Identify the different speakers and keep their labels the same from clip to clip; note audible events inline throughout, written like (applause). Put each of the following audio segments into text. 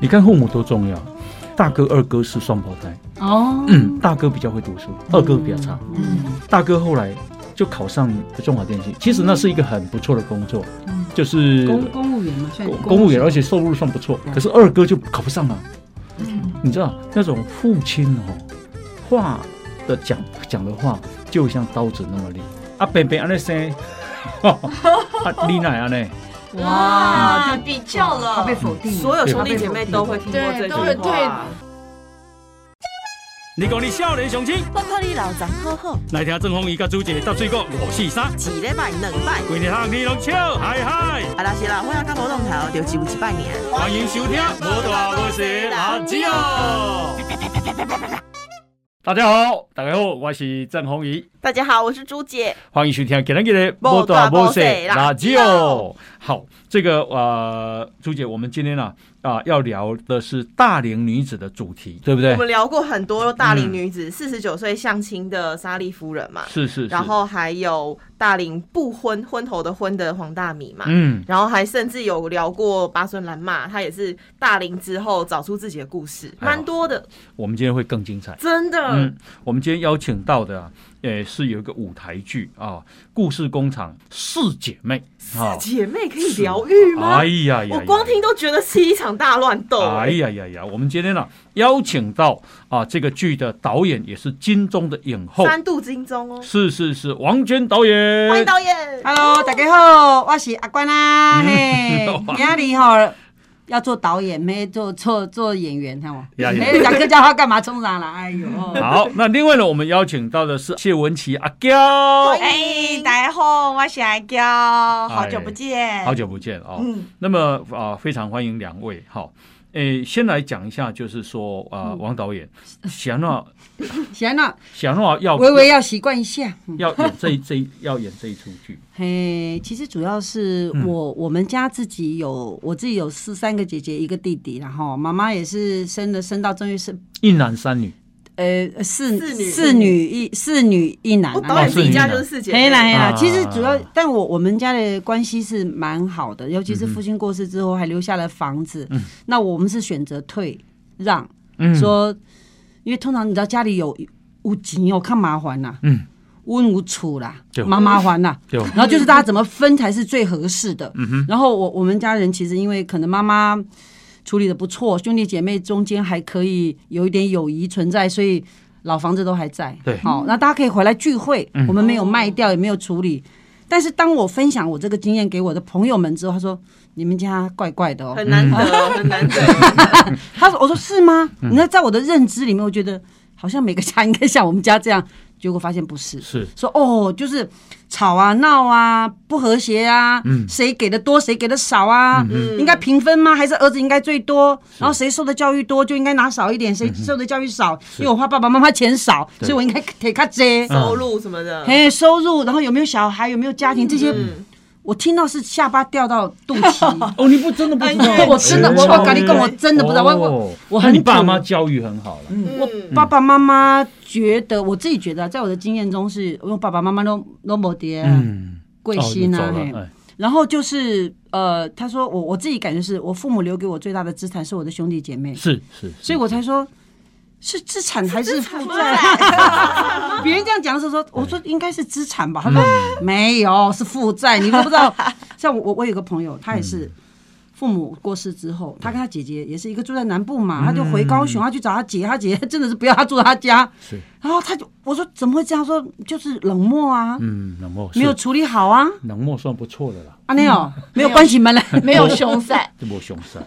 Speaker 1: 你看父母多重要，大哥二哥是双胞胎， (clears throat)
Speaker 2: 哦，
Speaker 1: 嗯，大哥比较会读书，
Speaker 2: 嗯
Speaker 1: 二哥比较差。大哥后来就考上中华电信，其实那是一个很不错的工作，
Speaker 2: 嗯
Speaker 1: 就是
Speaker 2: 公公务员嘛，算
Speaker 1: 公公务员，而
Speaker 2: 且
Speaker 1: 且收入算不错。
Speaker 2: 对嗯
Speaker 1: 可是二哥就考不上了，你知道那种父亲哦，话的讲讲的话就像刀子那么利。啊，北北安尼生， (laughs) 啊，你奶安呢？
Speaker 3: 哇，
Speaker 4: 哇
Speaker 3: 就比较
Speaker 2: 他
Speaker 3: 了
Speaker 2: 被。否定了，
Speaker 3: 所有兄弟姐妹都会听过这
Speaker 4: 对都会
Speaker 3: 句
Speaker 4: 对
Speaker 3: 话。
Speaker 5: 你讲你少年雄心，
Speaker 6: 我看你老张好好，
Speaker 5: 来听郑鸿仪甲朱姐搭水果五四三，
Speaker 6: 一礼拜两拜，
Speaker 5: 规日通你拢笑嗨嗨，
Speaker 6: 啊啦是啦，我要甲无动头，就只有一拜年。
Speaker 5: 欢迎收听《无大无小垃圾哦》。大家好，大家好，我是郑鸿仪，
Speaker 3: 大家好，我是朱姐。
Speaker 5: 欢迎收听今天的《
Speaker 6: 无大无小垃
Speaker 5: 圾哦》。好，这个呃，朱姐，我们今天呢啊、要聊的是大龄女子的主题，对不对
Speaker 3: 我？们聊过很多大龄女
Speaker 6: 嗯
Speaker 3: 子，四十九岁相亲的莎莉夫人嘛，
Speaker 5: 是是是，
Speaker 3: 然后还有大龄不婚昏头的昏的黄大米嘛，
Speaker 5: 嗯，
Speaker 3: 然后还甚至有聊过八孙兰嘛，她也是大龄之后找出自己的故事，
Speaker 5: 哎呦
Speaker 3: 蛮多的，
Speaker 5: 我们今天会更精彩。
Speaker 3: 真的。
Speaker 5: 嗯，我们今天邀请到的、啊，呃，是有一个舞台剧啊，《故事工厂四姐妹》啊。
Speaker 3: 姐妹可以疗愈吗？
Speaker 5: 哎呀呀呀！
Speaker 3: 我光听都觉得是一场大乱斗、
Speaker 5: 哎呀呀呀！我们今天呢、邀请到啊，这个剧的导演也是金钟的影后，
Speaker 3: 哎
Speaker 5: 呃
Speaker 3: 三度金钟哦，
Speaker 5: 是是是，王娟导演。
Speaker 3: 欢迎导演。
Speaker 5: 啊
Speaker 7: Hello，大家好，我是阿关
Speaker 1: (laughs)
Speaker 7: 啊，
Speaker 5: 嗯
Speaker 7: 嘿
Speaker 5: 哇，
Speaker 7: 今日吼要做导演，没做做做演员，看我，
Speaker 5: 呀呀
Speaker 7: 没有讲客家话干嘛冲上来？哎呦，
Speaker 5: 好，那另外呢，我们邀请到的是谢文琪阿娇，
Speaker 3: 哎
Speaker 4: 大家好，我是阿娇，好久不见，
Speaker 5: 好久不见哦。
Speaker 4: 嗯
Speaker 5: 那么啊、非常欢迎两位。好，诶，先来讲一下，就是说啊、
Speaker 3: 嗯
Speaker 5: 王导演想要
Speaker 7: 行了，
Speaker 5: 想要要
Speaker 7: 啊微微要习惯一下。嗯
Speaker 5: 要演这一这一要演这一出剧，
Speaker 7: 嘿，其实主要是
Speaker 5: 嗯
Speaker 7: 我、我们家自己有，我自己有四三个姐姐一个弟弟，然后妈妈也是生了生到终于是
Speaker 5: 一男三女，
Speaker 7: 呃四
Speaker 3: 四女
Speaker 7: 四女一四女一男、啊，
Speaker 3: 我导演
Speaker 5: 哦是
Speaker 3: 自己家就是四姐
Speaker 7: 可以
Speaker 3: 妹，
Speaker 7: 啦，可以啦。
Speaker 5: 啊
Speaker 7: 其实主要，但我我们家的关系是蛮好的，尤其是父亲过世之后，还留下了房子。
Speaker 5: 嗯
Speaker 7: 那我们是选择退让，
Speaker 5: 嗯
Speaker 7: 说，因为通常你知道家里有有钱哦，看麻烦啦，
Speaker 5: 嗯，
Speaker 7: 温无处啦
Speaker 5: 对，
Speaker 7: 麻麻烦啦。
Speaker 5: 对，嗯
Speaker 7: 然后就是大家怎么分才是最合适的。然后我我们家人其实因为可能妈妈处理的不错，兄弟姐妹中间还可以有一点友谊存在，所以老房子都还在。
Speaker 5: 对
Speaker 7: 好，那大家可以回来聚会，我们没有卖掉，也没有处理。但是当我分享我这个经验给我的朋友们之后，他说：“你们家怪怪的哦。”
Speaker 3: 很难
Speaker 5: 嗯
Speaker 3: 得，很难得。
Speaker 7: 他说：“我说是吗？你那在我的认知里面，我觉得好像每个家应该像我们家这样，结果发现不是。
Speaker 5: 是
Speaker 7: 说哦，就是吵啊、闹啊、不和谐啊，谁给的多，谁给的少啊，应该平分吗？还是儿子应该最多？然后谁受的教育多，就应该拿少一点，谁受的教育少，因为我花爸爸妈妈钱少，
Speaker 5: 对。
Speaker 7: 所以我应该给他这。
Speaker 3: 收入什么的，
Speaker 7: 嘿，收入，然后有没有小孩，有没有家庭，这些
Speaker 3: 嗯，
Speaker 7: 我听到是下巴掉到肚脐 (laughs)
Speaker 5: 哦，你不真的不知道
Speaker 7: 哎对，我真的，我我跟你讲，我真的不知道，我我
Speaker 5: 我
Speaker 7: 我
Speaker 5: 那
Speaker 7: 很
Speaker 5: 哦
Speaker 7: 嗯
Speaker 5: 你爸
Speaker 7: 土
Speaker 5: 妈教育很好了，
Speaker 7: 我爸爸妈妈觉得，我自己觉得啊，在我的经验中是，因为爸爸妈妈都都没爹
Speaker 5: 嗯，
Speaker 7: 贵姓
Speaker 5: 哦
Speaker 7: 啊，
Speaker 5: 就走
Speaker 7: 嘿
Speaker 5: 了哎
Speaker 7: 然后就是呃，他说我我自己感觉是我父母留给我最大的资产是我的兄弟姐妹，
Speaker 5: 是是，是
Speaker 7: 所以我才说是资产还是负债？ (laughs) 别人这样讲的时候说，我说应该是资产吧，
Speaker 4: 嗯
Speaker 7: 他说、没有是负债，你都不知
Speaker 4: (laughs)
Speaker 7: 道。像我我有个朋友，他也是。
Speaker 4: 嗯
Speaker 7: 父母过世之后，他跟他姐姐也是一个住在南部
Speaker 4: 嗯
Speaker 7: 嘛，他就回高雄，他去找他姐，他姐真的是不要他住他家，
Speaker 5: 是
Speaker 7: 然后他就我说怎么会这样说，就是冷漠啊，
Speaker 5: 嗯，冷漠
Speaker 7: 没有
Speaker 5: 是
Speaker 7: 处理好啊，
Speaker 5: 冷漠算不错的啦，
Speaker 7: 阿内
Speaker 4: 嗯
Speaker 7: 哦，没有关起门来，
Speaker 4: (laughs) 没有熊赛，
Speaker 5: 这我熊山，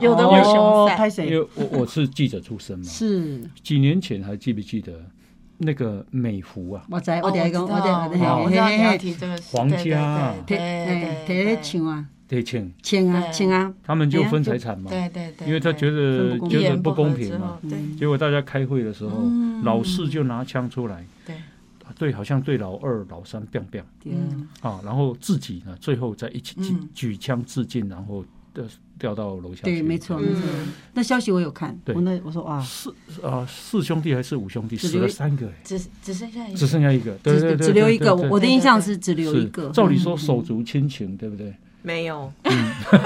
Speaker 4: 有的我熊赛，
Speaker 7: 拍
Speaker 5: 嗯因
Speaker 7: 谁？
Speaker 5: 为我我是记者出
Speaker 7: (laughs)
Speaker 5: 身嘛，
Speaker 7: 是，
Speaker 5: 几年前还记不记得那个美孚啊，
Speaker 7: 我知，
Speaker 4: 哦 (laughs)
Speaker 7: 我等下讲，我等下
Speaker 4: 知道
Speaker 7: 讲，
Speaker 4: 哦我知道你要
Speaker 7: 提
Speaker 4: 提这个事
Speaker 5: 皇家
Speaker 7: 提
Speaker 4: 对对对对
Speaker 7: 提请啊，
Speaker 5: 对庆，
Speaker 7: 请啊，
Speaker 4: 对
Speaker 7: 请啊，
Speaker 5: 他们就
Speaker 7: 哎呀
Speaker 5: 分财产嘛，
Speaker 4: 对对对，
Speaker 5: 因为他觉得
Speaker 7: 分不公
Speaker 4: 一
Speaker 5: 觉得
Speaker 4: 言
Speaker 5: 不
Speaker 4: 不
Speaker 5: 公
Speaker 4: 合之
Speaker 5: 平嘛
Speaker 4: 后，，对
Speaker 5: 结果大家开会的时候，
Speaker 7: 嗯
Speaker 5: 老四就拿枪出来，
Speaker 4: 对
Speaker 5: 对，好像对老二、老三 biang biang
Speaker 7: 对
Speaker 4: 嗯
Speaker 5: 啊，然后自己呢，最后在一起举
Speaker 4: 嗯
Speaker 5: 举枪自尽，然后掉掉到楼下去。
Speaker 7: 对，没错，没
Speaker 3: 嗯
Speaker 7: 错。那消息我有看，
Speaker 5: 对
Speaker 7: 我那我说哇，
Speaker 5: 四啊、四兄弟还是五兄弟，
Speaker 7: 只
Speaker 5: 死
Speaker 7: 留
Speaker 5: 了三个、欸，
Speaker 4: 只只剩下一
Speaker 5: 只
Speaker 4: 个，
Speaker 5: 剩下一个，对对
Speaker 7: 只
Speaker 5: 对，
Speaker 7: 只留一个，
Speaker 5: 对对
Speaker 7: 我的印象是只留
Speaker 5: 是
Speaker 7: 一个。
Speaker 5: 照理说手足亲情，对不对？
Speaker 3: 没有，
Speaker 5: 嗯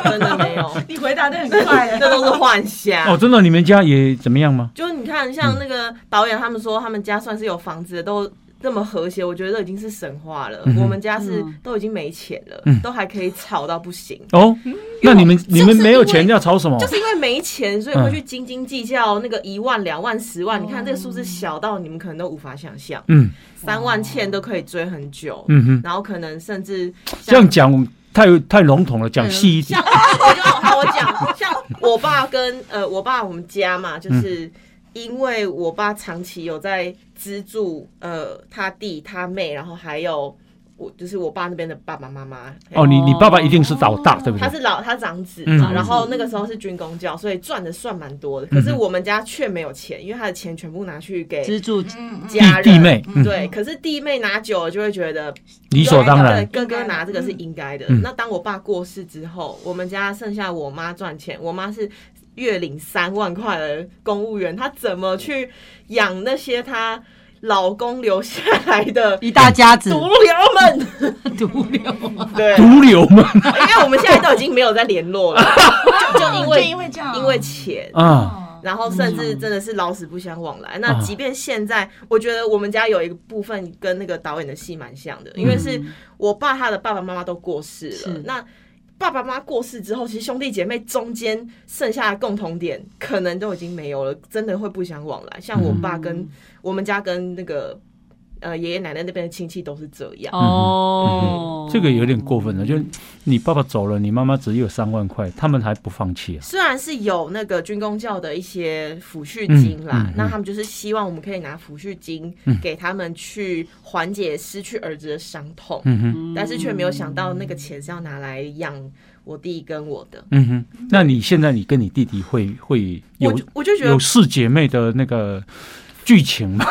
Speaker 3: 真的
Speaker 5: (laughs)
Speaker 3: 没有，
Speaker 4: 你回答的很快耶
Speaker 3: 这都是幻想。
Speaker 5: 哦，真的，你们家也怎么样吗？
Speaker 3: 就是你看，像那个导演他们说，他们家算是有房子的，都那么和谐，我觉得都已经是神话了。
Speaker 5: 嗯哼
Speaker 3: 我们家是都已经没钱了，
Speaker 5: 嗯
Speaker 3: 都还可以吵到不行。
Speaker 5: 哦，那你们
Speaker 3: 因
Speaker 5: 你
Speaker 3: 为
Speaker 5: 们没有钱要吵什么？
Speaker 3: 就是因为没钱，所以会去斤斤计较那个一万、两万、十万。你看这个数字小到你们可能都无法想象，
Speaker 5: 嗯
Speaker 3: 三万欠都可以追很久，
Speaker 5: 嗯哼，
Speaker 3: 然后可能甚至
Speaker 5: 这样讲太太笼统了，讲细一点
Speaker 3: 像。我就好，我讲，像我爸跟呃我爸我们家嘛，
Speaker 5: 嗯
Speaker 3: 就是因为我爸长期有在资助呃他弟、他妹，然后还有我就是我爸那边的爸爸妈妈。
Speaker 5: 哦，你你爸爸一定是老大，对不
Speaker 3: 他
Speaker 5: 对？
Speaker 3: 是老他长子啊
Speaker 5: 嗯嗯
Speaker 3: 嘛，然后那个时候是军工教，所以赚的算蛮多的。可是我们家却没有钱，因为他的钱全部拿去给
Speaker 7: 资助
Speaker 4: 嗯嗯，
Speaker 5: 弟
Speaker 3: 家人。
Speaker 5: 弟妹，嗯，
Speaker 3: 对，可是弟妹拿久了就会觉得
Speaker 5: 理所当然。
Speaker 3: 对，哥啊哥拿这个是应该的。
Speaker 5: 嗯
Speaker 3: 那当我爸过世之后，我们家剩下我妈赚钱，我妈是月领三万块的公务员，她怎么去养那些她老公留下来 (laughs) 的
Speaker 7: 一大家子
Speaker 3: 毒瘤们？
Speaker 7: 独流，
Speaker 3: 对，
Speaker 5: 毒瘤们
Speaker 3: 因为我们现在都已经没有在联络了，就就因
Speaker 4: 就
Speaker 3: 为
Speaker 4: 因为这样，
Speaker 3: 因为钱。
Speaker 5: (laughs) 啊，
Speaker 4: 哦
Speaker 3: 然后甚至真的是老死不相往来。那
Speaker 5: 啊
Speaker 3: 即便现在，我觉得我们家有一个部分跟那个导演的戏蛮像的，因为是
Speaker 5: 嗯
Speaker 3: 我爸他的爸爸妈妈都过世了
Speaker 7: 是，
Speaker 3: 那。爸爸妈妈过世之后，其实兄弟姐妹中间剩下的共同点可能都已经没有了，真的会不相往来。像我爸跟、我们家跟那个呃爷爷奶奶那边的亲戚都是这样。
Speaker 5: 哦这个有点过分了。就你爸爸走了，你妈妈只有三万块，他们还不放弃啊。
Speaker 3: 虽然是有那个军工教的一些抚恤金啦，
Speaker 5: 嗯嗯嗯嗯
Speaker 3: 那他们就是希望我们可以拿抚恤金给他们去缓解失去儿子的伤痛，
Speaker 5: 嗯哼，
Speaker 3: 但是却没有想到那个钱是要拿来养我弟跟我的。
Speaker 5: 嗯哼。那你现在你跟你弟弟会会
Speaker 3: 我
Speaker 5: 有
Speaker 3: 就我就觉得
Speaker 5: 有，四姐妹的那个剧情吗？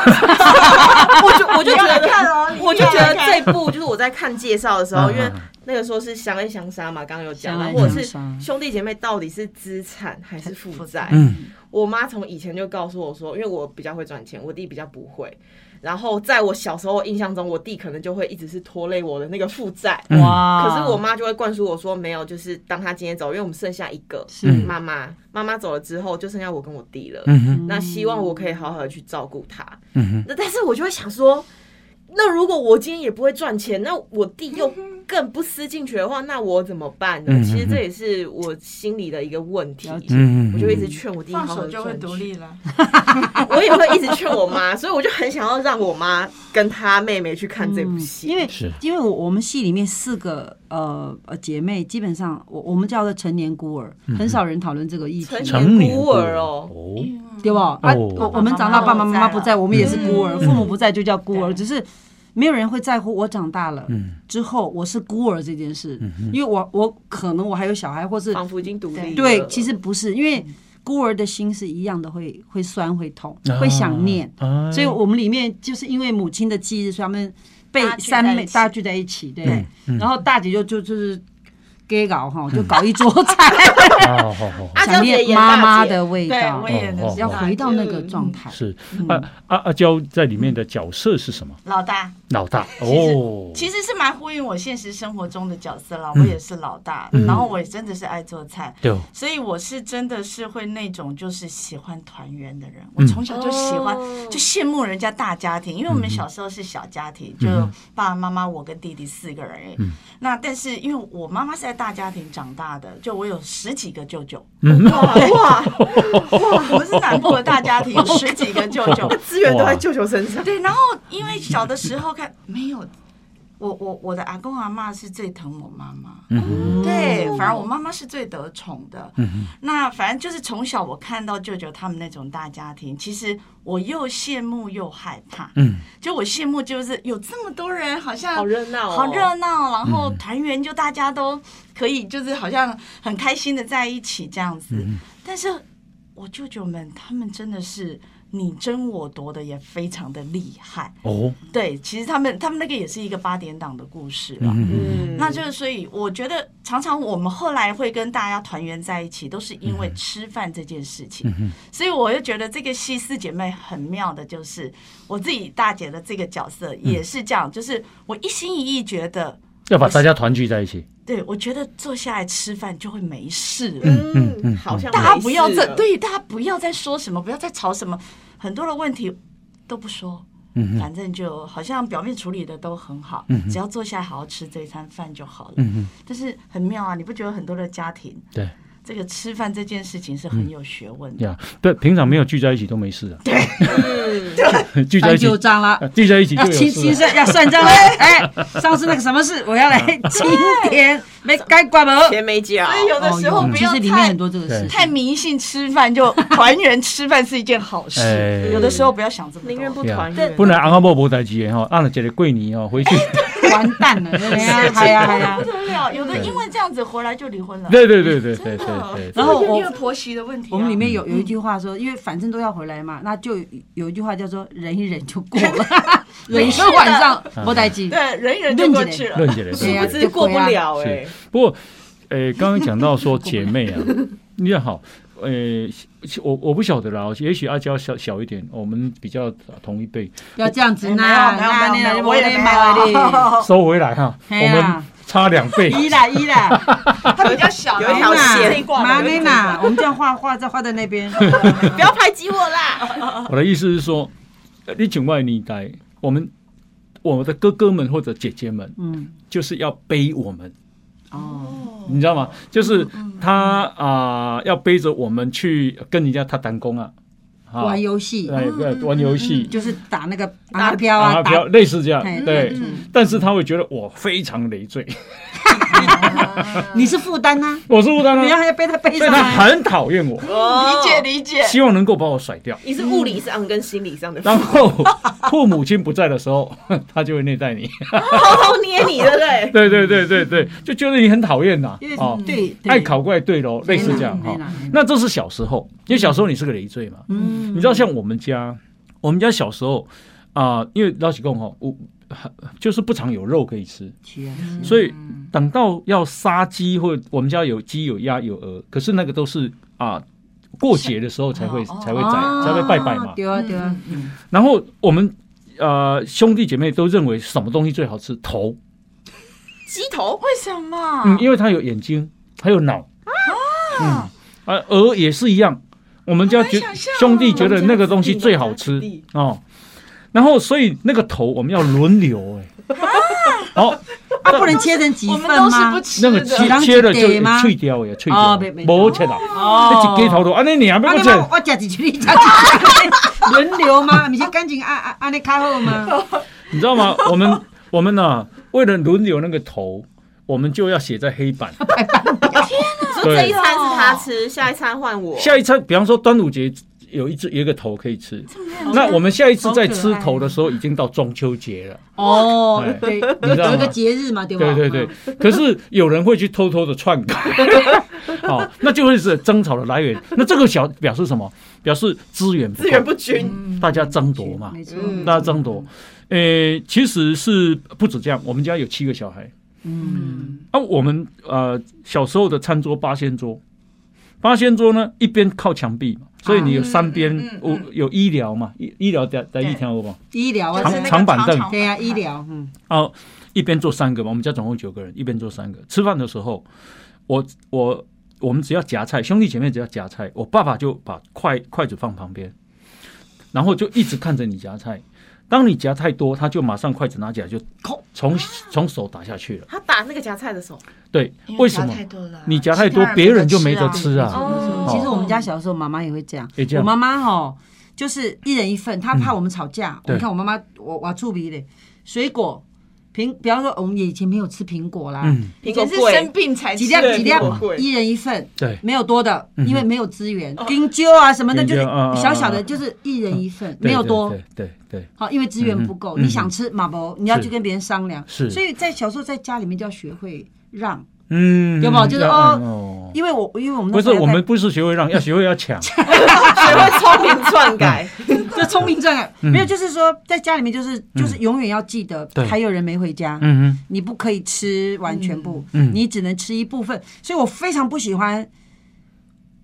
Speaker 3: 我就我就
Speaker 4: (laughs)
Speaker 3: 觉得，
Speaker 4: 看哦，你
Speaker 3: 我就觉得这部就是我在看介绍的时候，
Speaker 5: 嗯
Speaker 3: 因为那个说是相爱相杀嘛，刚刚有讲到，
Speaker 7: 相爱
Speaker 3: 或者是
Speaker 7: 相杀
Speaker 3: 兄弟姐妹到底是资产还是负债？
Speaker 5: 嗯，
Speaker 3: 我妈从以前就告诉我说，因为我比较会赚钱，我弟比较不会。然后在我小时候印象中，我弟可能就会一直是拖累我的那个负债。
Speaker 5: 嗯
Speaker 7: 哇
Speaker 3: 可是我妈就会灌输我说，没有，就是当他今天走，因为我们剩下一个
Speaker 7: 是
Speaker 3: 妈妈，妈妈走了之后，就剩下我跟我弟了。
Speaker 5: 嗯哼，
Speaker 3: 那希望我可以好好的去照顾他。
Speaker 5: 嗯哼，
Speaker 3: 那但是我就会想说，那如果我今天也不会赚钱，那我弟
Speaker 4: 嗯
Speaker 3: 又更不思进取的话，那我怎么办呢？
Speaker 5: 嗯嗯嗯
Speaker 3: 其实这也是我心里的一个问题。
Speaker 7: 了解
Speaker 5: 嗯哼，
Speaker 3: 我就一直劝我弟好好
Speaker 4: 放手
Speaker 3: 地
Speaker 4: 就会
Speaker 3: 赚
Speaker 4: 独
Speaker 3: 钱啊
Speaker 4: 立了。
Speaker 3: 我也会一直劝我妈，所以我就很想要让我妈跟她妹妹去看这部
Speaker 4: 嗯
Speaker 3: 戏、
Speaker 7: 因为
Speaker 5: 是
Speaker 7: 因为我我们戏里面四个呃呃姐妹，基本上我我们叫做成年孤儿，很少人讨论这个议题，
Speaker 5: 成年
Speaker 3: 孤儿哦，
Speaker 5: 哦，
Speaker 7: 对吧？啊，
Speaker 5: 哦
Speaker 7: 我我们长大，爸
Speaker 4: 爸
Speaker 7: 爸
Speaker 4: 爸妈妈
Speaker 7: 妈妈不在，我们也是孤儿，
Speaker 4: 嗯
Speaker 7: 父母不在就叫孤儿，
Speaker 4: 对
Speaker 7: 只是没有人会在乎我长大了
Speaker 5: 嗯
Speaker 7: 之后我是孤儿这件事，因为我我可能我还有小孩，或是
Speaker 3: 仿佛已经独立了。
Speaker 7: 对，其实不是，因为
Speaker 4: 嗯
Speaker 7: 孤儿的心是一样的，会会酸会痛，会想念。
Speaker 5: 啊
Speaker 7: 所以我们里面就是因为母亲的忌日，所以他们被
Speaker 4: 大家聚在
Speaker 7: 三妹
Speaker 4: 一起
Speaker 7: 大家聚在一起，对。
Speaker 5: 嗯嗯
Speaker 7: 然后大姐就就就是给搞哈，就搞一桌
Speaker 4: (laughs)
Speaker 7: 菜，
Speaker 5: 好好好，
Speaker 3: 阿娇
Speaker 7: 想
Speaker 3: 姐
Speaker 7: 念
Speaker 3: 演
Speaker 7: 妈妈
Speaker 3: 大姐，
Speaker 7: 的味
Speaker 4: 对，
Speaker 7: 道
Speaker 4: 我，也
Speaker 5: 哦哦
Speaker 4: 很
Speaker 7: 要
Speaker 5: 哦
Speaker 7: 回到那个状态。
Speaker 5: 是啊阿阿娇在里面的角色是什么？
Speaker 4: 老大。
Speaker 5: 老大哦，
Speaker 4: 其
Speaker 5: 实
Speaker 4: 实是蛮呼应我现实生活中的角色啦，我也是老大，然后我也真的是爱做菜，
Speaker 5: 嗯对哦，
Speaker 4: 所以我是真的是会那种就是喜欢团圆的人，我从小就喜欢，就羡慕人家大家庭，因为我们小时候是小家庭，就爸爸妈妈、我跟弟弟四个人而已。那但是因为我妈妈是在大家庭长大的，就我有十几个舅舅，
Speaker 3: 哇哇，
Speaker 4: 哇，我们是南部的大家庭，有十几个舅舅，
Speaker 3: 资源都在舅舅身上。
Speaker 4: 对，然后因为小的时候看没有，我我我的阿公阿妈是最疼我妈妈，对，
Speaker 5: 哦
Speaker 3: 哦
Speaker 4: 反而我妈妈是最得宠的。
Speaker 5: 嗯
Speaker 4: 那反正就是从小我看到舅舅他们那种大家庭，其实我又羡慕又害怕。
Speaker 5: 嗯，
Speaker 4: 就我羡慕就是有这么多人，好像
Speaker 3: 好热闹哦
Speaker 4: 好热闹，然后
Speaker 5: 嗯
Speaker 4: 团圆就大家都可以就是好像很开心的在一起这样子，
Speaker 5: 嗯
Speaker 4: 但是。我舅舅们，他们真的是你争我夺的，也非常的厉害。
Speaker 5: 哦，
Speaker 4: 对，其实他们他们那个也是一个八点档的故事了。
Speaker 5: 嗯
Speaker 3: 嗯，
Speaker 4: 那就是，所以我觉得常常我们后来会跟大家团圆在一起，都是因为吃饭这件事情。所以我就觉得这个戏四姐妹很妙的，就是我自己大姐的这个角色也是这样，就是我一心一意觉得
Speaker 5: 要把大家团聚在一起，
Speaker 4: 对我觉得坐下来吃饭就会没事了。
Speaker 5: 嗯嗯
Speaker 3: 嗯，好像
Speaker 4: 大家不要
Speaker 3: 没事
Speaker 4: 再
Speaker 3: 了，
Speaker 4: 对，大家不要再说什么，不要再吵什么，很多的问题都不说，
Speaker 5: 嗯哼
Speaker 4: 反正就好像表面处理的都很好，只要坐下来好好吃这一餐饭就好了。
Speaker 5: 嗯哼，
Speaker 4: 但是很妙啊，你不觉得很多的家庭
Speaker 5: 对
Speaker 4: 这个吃饭这件事情是很有学问的？
Speaker 5: 呀，不，平常没有聚在一起都没事啊，
Speaker 3: 嗯，
Speaker 5: 聚在
Speaker 7: 翻
Speaker 5: 一起
Speaker 7: 旧账啦
Speaker 5: 呃， (laughs) 聚在一起就
Speaker 7: 要
Speaker 5: 有
Speaker 7: 清
Speaker 5: 事
Speaker 7: 清
Speaker 5: 了。嗯
Speaker 7: 算，要算
Speaker 4: (laughs)
Speaker 7: 账了。哎，上次那个什么事，我要来清点，没该关门。
Speaker 3: 钱没交，
Speaker 4: 所以有的时候
Speaker 7: 哦
Speaker 4: 不
Speaker 7: 其
Speaker 4: 要
Speaker 7: 实里面
Speaker 4: 太
Speaker 7: 很多这个
Speaker 5: 对
Speaker 7: 事情。
Speaker 4: 太迷信，吃饭就团圆吃饭是一件好 (laughs) 事。
Speaker 5: 哎
Speaker 4: 有的时候不要想这么
Speaker 3: 宁愿
Speaker 4: 多，
Speaker 3: 不团
Speaker 4: 对
Speaker 3: 圆，
Speaker 5: 不然阿公某无代志的吼，按了一个过年哦，回去，
Speaker 7: 完蛋了，对哎呀，嗨呀嗨呀
Speaker 4: 不！得了。有的因为这样子回来就离婚了，
Speaker 5: 对对对对对对
Speaker 4: 真的
Speaker 5: 对对
Speaker 7: 然，后
Speaker 4: 这个
Speaker 7: 我
Speaker 4: 越婆媳的问题啊。
Speaker 7: 我们里面
Speaker 5: 嗯
Speaker 7: 有有一句话说，因为反正都要回来嘛，那就有一句话叫做“忍一忍就过
Speaker 4: (laughs)
Speaker 7: 了”，忍一个晚上莫待机。
Speaker 5: 嗯
Speaker 4: 对忍一忍就过去了
Speaker 5: 论。起来
Speaker 7: 对呀
Speaker 5: 是。
Speaker 3: 我只是过不了哎
Speaker 5: 是，不过，呃，刚刚讲到说姐妹啊， (laughs) 你好，呃，我我不晓得啦，也许阿娇小小一点，我们比较同一辈，
Speaker 7: 不要这样子
Speaker 4: 哎
Speaker 7: 呢，
Speaker 4: 没有没有没有没有，
Speaker 7: 我
Speaker 4: 我
Speaker 7: 也
Speaker 4: 也
Speaker 7: 买
Speaker 4: 没
Speaker 7: 了的。
Speaker 4: (laughs) 有。
Speaker 5: 收回来哈，我
Speaker 7: 哦哎呀
Speaker 5: 们差两倍，
Speaker 7: 一啦一啦，
Speaker 4: 他比较小，
Speaker 3: 有一条线
Speaker 4: 这一挂的
Speaker 7: 妈咪呐，我们这样画画在画在那边，
Speaker 3: 不要排挤我啦。
Speaker 5: 我的意思是说，呃你请外你来，我们我们的哥哥们或者姐姐们，
Speaker 7: 嗯，
Speaker 5: 就是要背我们，
Speaker 7: 哦，
Speaker 5: 你知道吗？就是
Speaker 7: 嗯
Speaker 5: 他啊、要背着我们去跟人家他打工啊，啊
Speaker 7: 玩游戏啊嗯
Speaker 5: 哎对玩游戏，
Speaker 7: 就是打那个打飘啊，
Speaker 5: 啊，比较
Speaker 7: 打哎嗯
Speaker 5: 类似这样
Speaker 7: 嘿，
Speaker 5: 对。但是他会觉得我非常累赘， (laughs)
Speaker 7: 你是负担呐，
Speaker 5: 我是不当
Speaker 7: 你要
Speaker 5: 然，
Speaker 7: 还要背他背
Speaker 5: 啊嗯所
Speaker 7: 上
Speaker 5: 以他
Speaker 7: 来，
Speaker 5: 很讨厌我，
Speaker 4: 理
Speaker 3: 理
Speaker 4: 解理解。
Speaker 5: 希望能够把我甩掉。
Speaker 3: 你是物理上跟心理上的
Speaker 5: 然
Speaker 7: (laughs)
Speaker 5: 后父母亲不在的时候， (laughs) 他就会虐待你。
Speaker 3: 偷偷哦捏你，对不
Speaker 5: (laughs) 对
Speaker 3: 对？
Speaker 5: 对对对对，就觉得你很讨厌呐
Speaker 7: 因为，
Speaker 5: 哦，
Speaker 7: 对对
Speaker 5: 爱搞怪对喽，类似这样哦
Speaker 7: 没
Speaker 5: 哈
Speaker 7: 啦没啦。
Speaker 5: 那这是小时候，因为小时候你是个累赘嘛。
Speaker 7: 嗯
Speaker 5: 你知道像我们家，我们家小时候啊，因为老起公哈，我呃就是不常有肉可以吃，
Speaker 4: 啊
Speaker 5: 所以等到要杀鸡或我们家有鸡有鸭有鹅，可是那个都是啊过节的时候才会
Speaker 4: 哦
Speaker 5: 才会宰才会拜拜嘛。嗯
Speaker 7: 对
Speaker 4: 嗯
Speaker 7: 啊对啊，
Speaker 5: 然后我们呃兄弟姐妹都认为什么东西最好吃头，
Speaker 3: 鸡头
Speaker 4: 为什么？
Speaker 5: 嗯，因为它有眼睛，还有脑啊，嗯，啊鹅也是一样，我们家觉
Speaker 4: 好难哦想象哦
Speaker 5: 兄弟觉得那个东西最好吃哦。然后，所以那个头我们要轮流哎、好、
Speaker 7: 啊不能切成几
Speaker 4: 我
Speaker 7: 份
Speaker 4: 们都是
Speaker 7: 吗
Speaker 4: 不？吃
Speaker 5: 那个
Speaker 4: 的。
Speaker 5: 切
Speaker 7: 一人一
Speaker 5: 切了就
Speaker 7: 块吗
Speaker 5: 脆掉呀，脆
Speaker 7: 哦
Speaker 5: 掉，
Speaker 7: 没没
Speaker 5: 无切啦，
Speaker 7: 哦
Speaker 5: 那一鸡头都，安尼你还
Speaker 7: 啊，
Speaker 5: 要
Speaker 7: 你
Speaker 5: 切？
Speaker 7: 妈，我吃几句，你吃几句，轮流
Speaker 5: (laughs)
Speaker 7: 吗？不是啊感情按按按你较好吗？
Speaker 5: 你知道
Speaker 7: (laughs)
Speaker 5: 吗？我们我们呢、啊为了轮流那个头，我们就要写在黑
Speaker 7: (laughs)
Speaker 5: 板。
Speaker 3: 说这一餐是他吃，下一餐换我，
Speaker 5: 下一餐，比方说端午节有一只有一个头可以吃，那我们下一次在吃头的时候，已经到中秋节了。
Speaker 7: 哦
Speaker 5: 哎，
Speaker 7: 对，
Speaker 5: 你知道吗
Speaker 7: 有一个节日嘛，对吧？
Speaker 5: 对对对，
Speaker 4: (laughs)
Speaker 5: 可是有人会去偷偷的篡改，好，那就会是争吵的来源。那这个小表示什么？表示资源不
Speaker 3: 资源不均，
Speaker 5: 够，大家争夺嘛
Speaker 7: 嗯，没错，
Speaker 3: 嗯
Speaker 5: 大家争夺。呃，其实是不止这样，我们家有七个小孩
Speaker 7: 嗯，
Speaker 5: 啊。我们呃小时候的餐桌八仙桌，八仙桌呢一边靠墙壁嘛，所以你有三边
Speaker 4: 嗯嗯
Speaker 5: 有
Speaker 4: 嗯
Speaker 5: 有医疗嘛，医医疗在在一条有无？
Speaker 7: 医疗啊
Speaker 4: 就，
Speaker 5: 长
Speaker 4: 是那
Speaker 7: 这
Speaker 4: 个
Speaker 5: 长板凳
Speaker 4: 长
Speaker 7: 对啊，医疗，嗯，
Speaker 5: 哦，一边坐三个嘛，我们家总共九个人，一边坐三个。吃饭的时候，我我我们只要夹菜，兄弟姐妹只要夹菜，我爸爸就把筷筷子放旁边，然后就一直看着你夹菜。当你夹太多，他就马上筷子拿起来就扣，从从手打下去了。
Speaker 3: 他打那个夹菜的手，
Speaker 5: 对，
Speaker 4: 因
Speaker 5: 为
Speaker 4: 夹
Speaker 5: 什么？
Speaker 4: 太多了
Speaker 5: 你夹太多
Speaker 4: 其他
Speaker 5: 别人就
Speaker 4: 没
Speaker 5: 没得吃啊
Speaker 3: 哦
Speaker 7: 其实我们家小时候妈妈也会这样
Speaker 5: 也这，样
Speaker 7: 我妈妈哈就是一人一份，她怕我们吵架。
Speaker 5: 对
Speaker 7: 你看我妈妈，我我醋鼻的水果。苹，比方说我们以前没有吃苹果啦，
Speaker 5: 嗯，
Speaker 4: 以
Speaker 3: 苹果
Speaker 4: 前是
Speaker 3: 贵，
Speaker 4: 生病才吃
Speaker 7: 几两
Speaker 4: 的
Speaker 7: 几
Speaker 3: 苹果
Speaker 7: 两，
Speaker 3: 贵哦
Speaker 7: 一人一份，
Speaker 5: 对
Speaker 7: 没有多的，
Speaker 5: 嗯哼
Speaker 7: 因为没有资源，冰灸啊什么的，
Speaker 5: 冰
Speaker 7: 就
Speaker 5: 灸
Speaker 7: 是
Speaker 5: 啊啊啊
Speaker 7: 小小的，就是一人一份，没有多
Speaker 5: 对。对对对，
Speaker 7: 好，因为资源不够，
Speaker 5: 嗯哼
Speaker 7: 你想吃马博，你要去跟别人商量。
Speaker 5: 是
Speaker 7: 所以在小时候在家里面就要学会让，
Speaker 5: 嗯，
Speaker 7: 有没有就是
Speaker 5: 要
Speaker 7: 哦
Speaker 5: 嗯哦，
Speaker 7: 因为我因为我们
Speaker 5: 不
Speaker 7: 那
Speaker 5: 是
Speaker 7: 时候
Speaker 5: 我
Speaker 7: 在
Speaker 5: 们不是学会让，要学会要
Speaker 7: (laughs)
Speaker 5: 抢，
Speaker 3: 学会聪明篡改，
Speaker 7: 这聪明症啊，没有就是说在家里面就是就是永远要记得
Speaker 5: 嗯对
Speaker 7: 还有人没回家，
Speaker 5: 嗯哼，
Speaker 7: 你不可以吃完全部，
Speaker 5: 嗯
Speaker 7: 你只能吃一部分。所以我非常不喜欢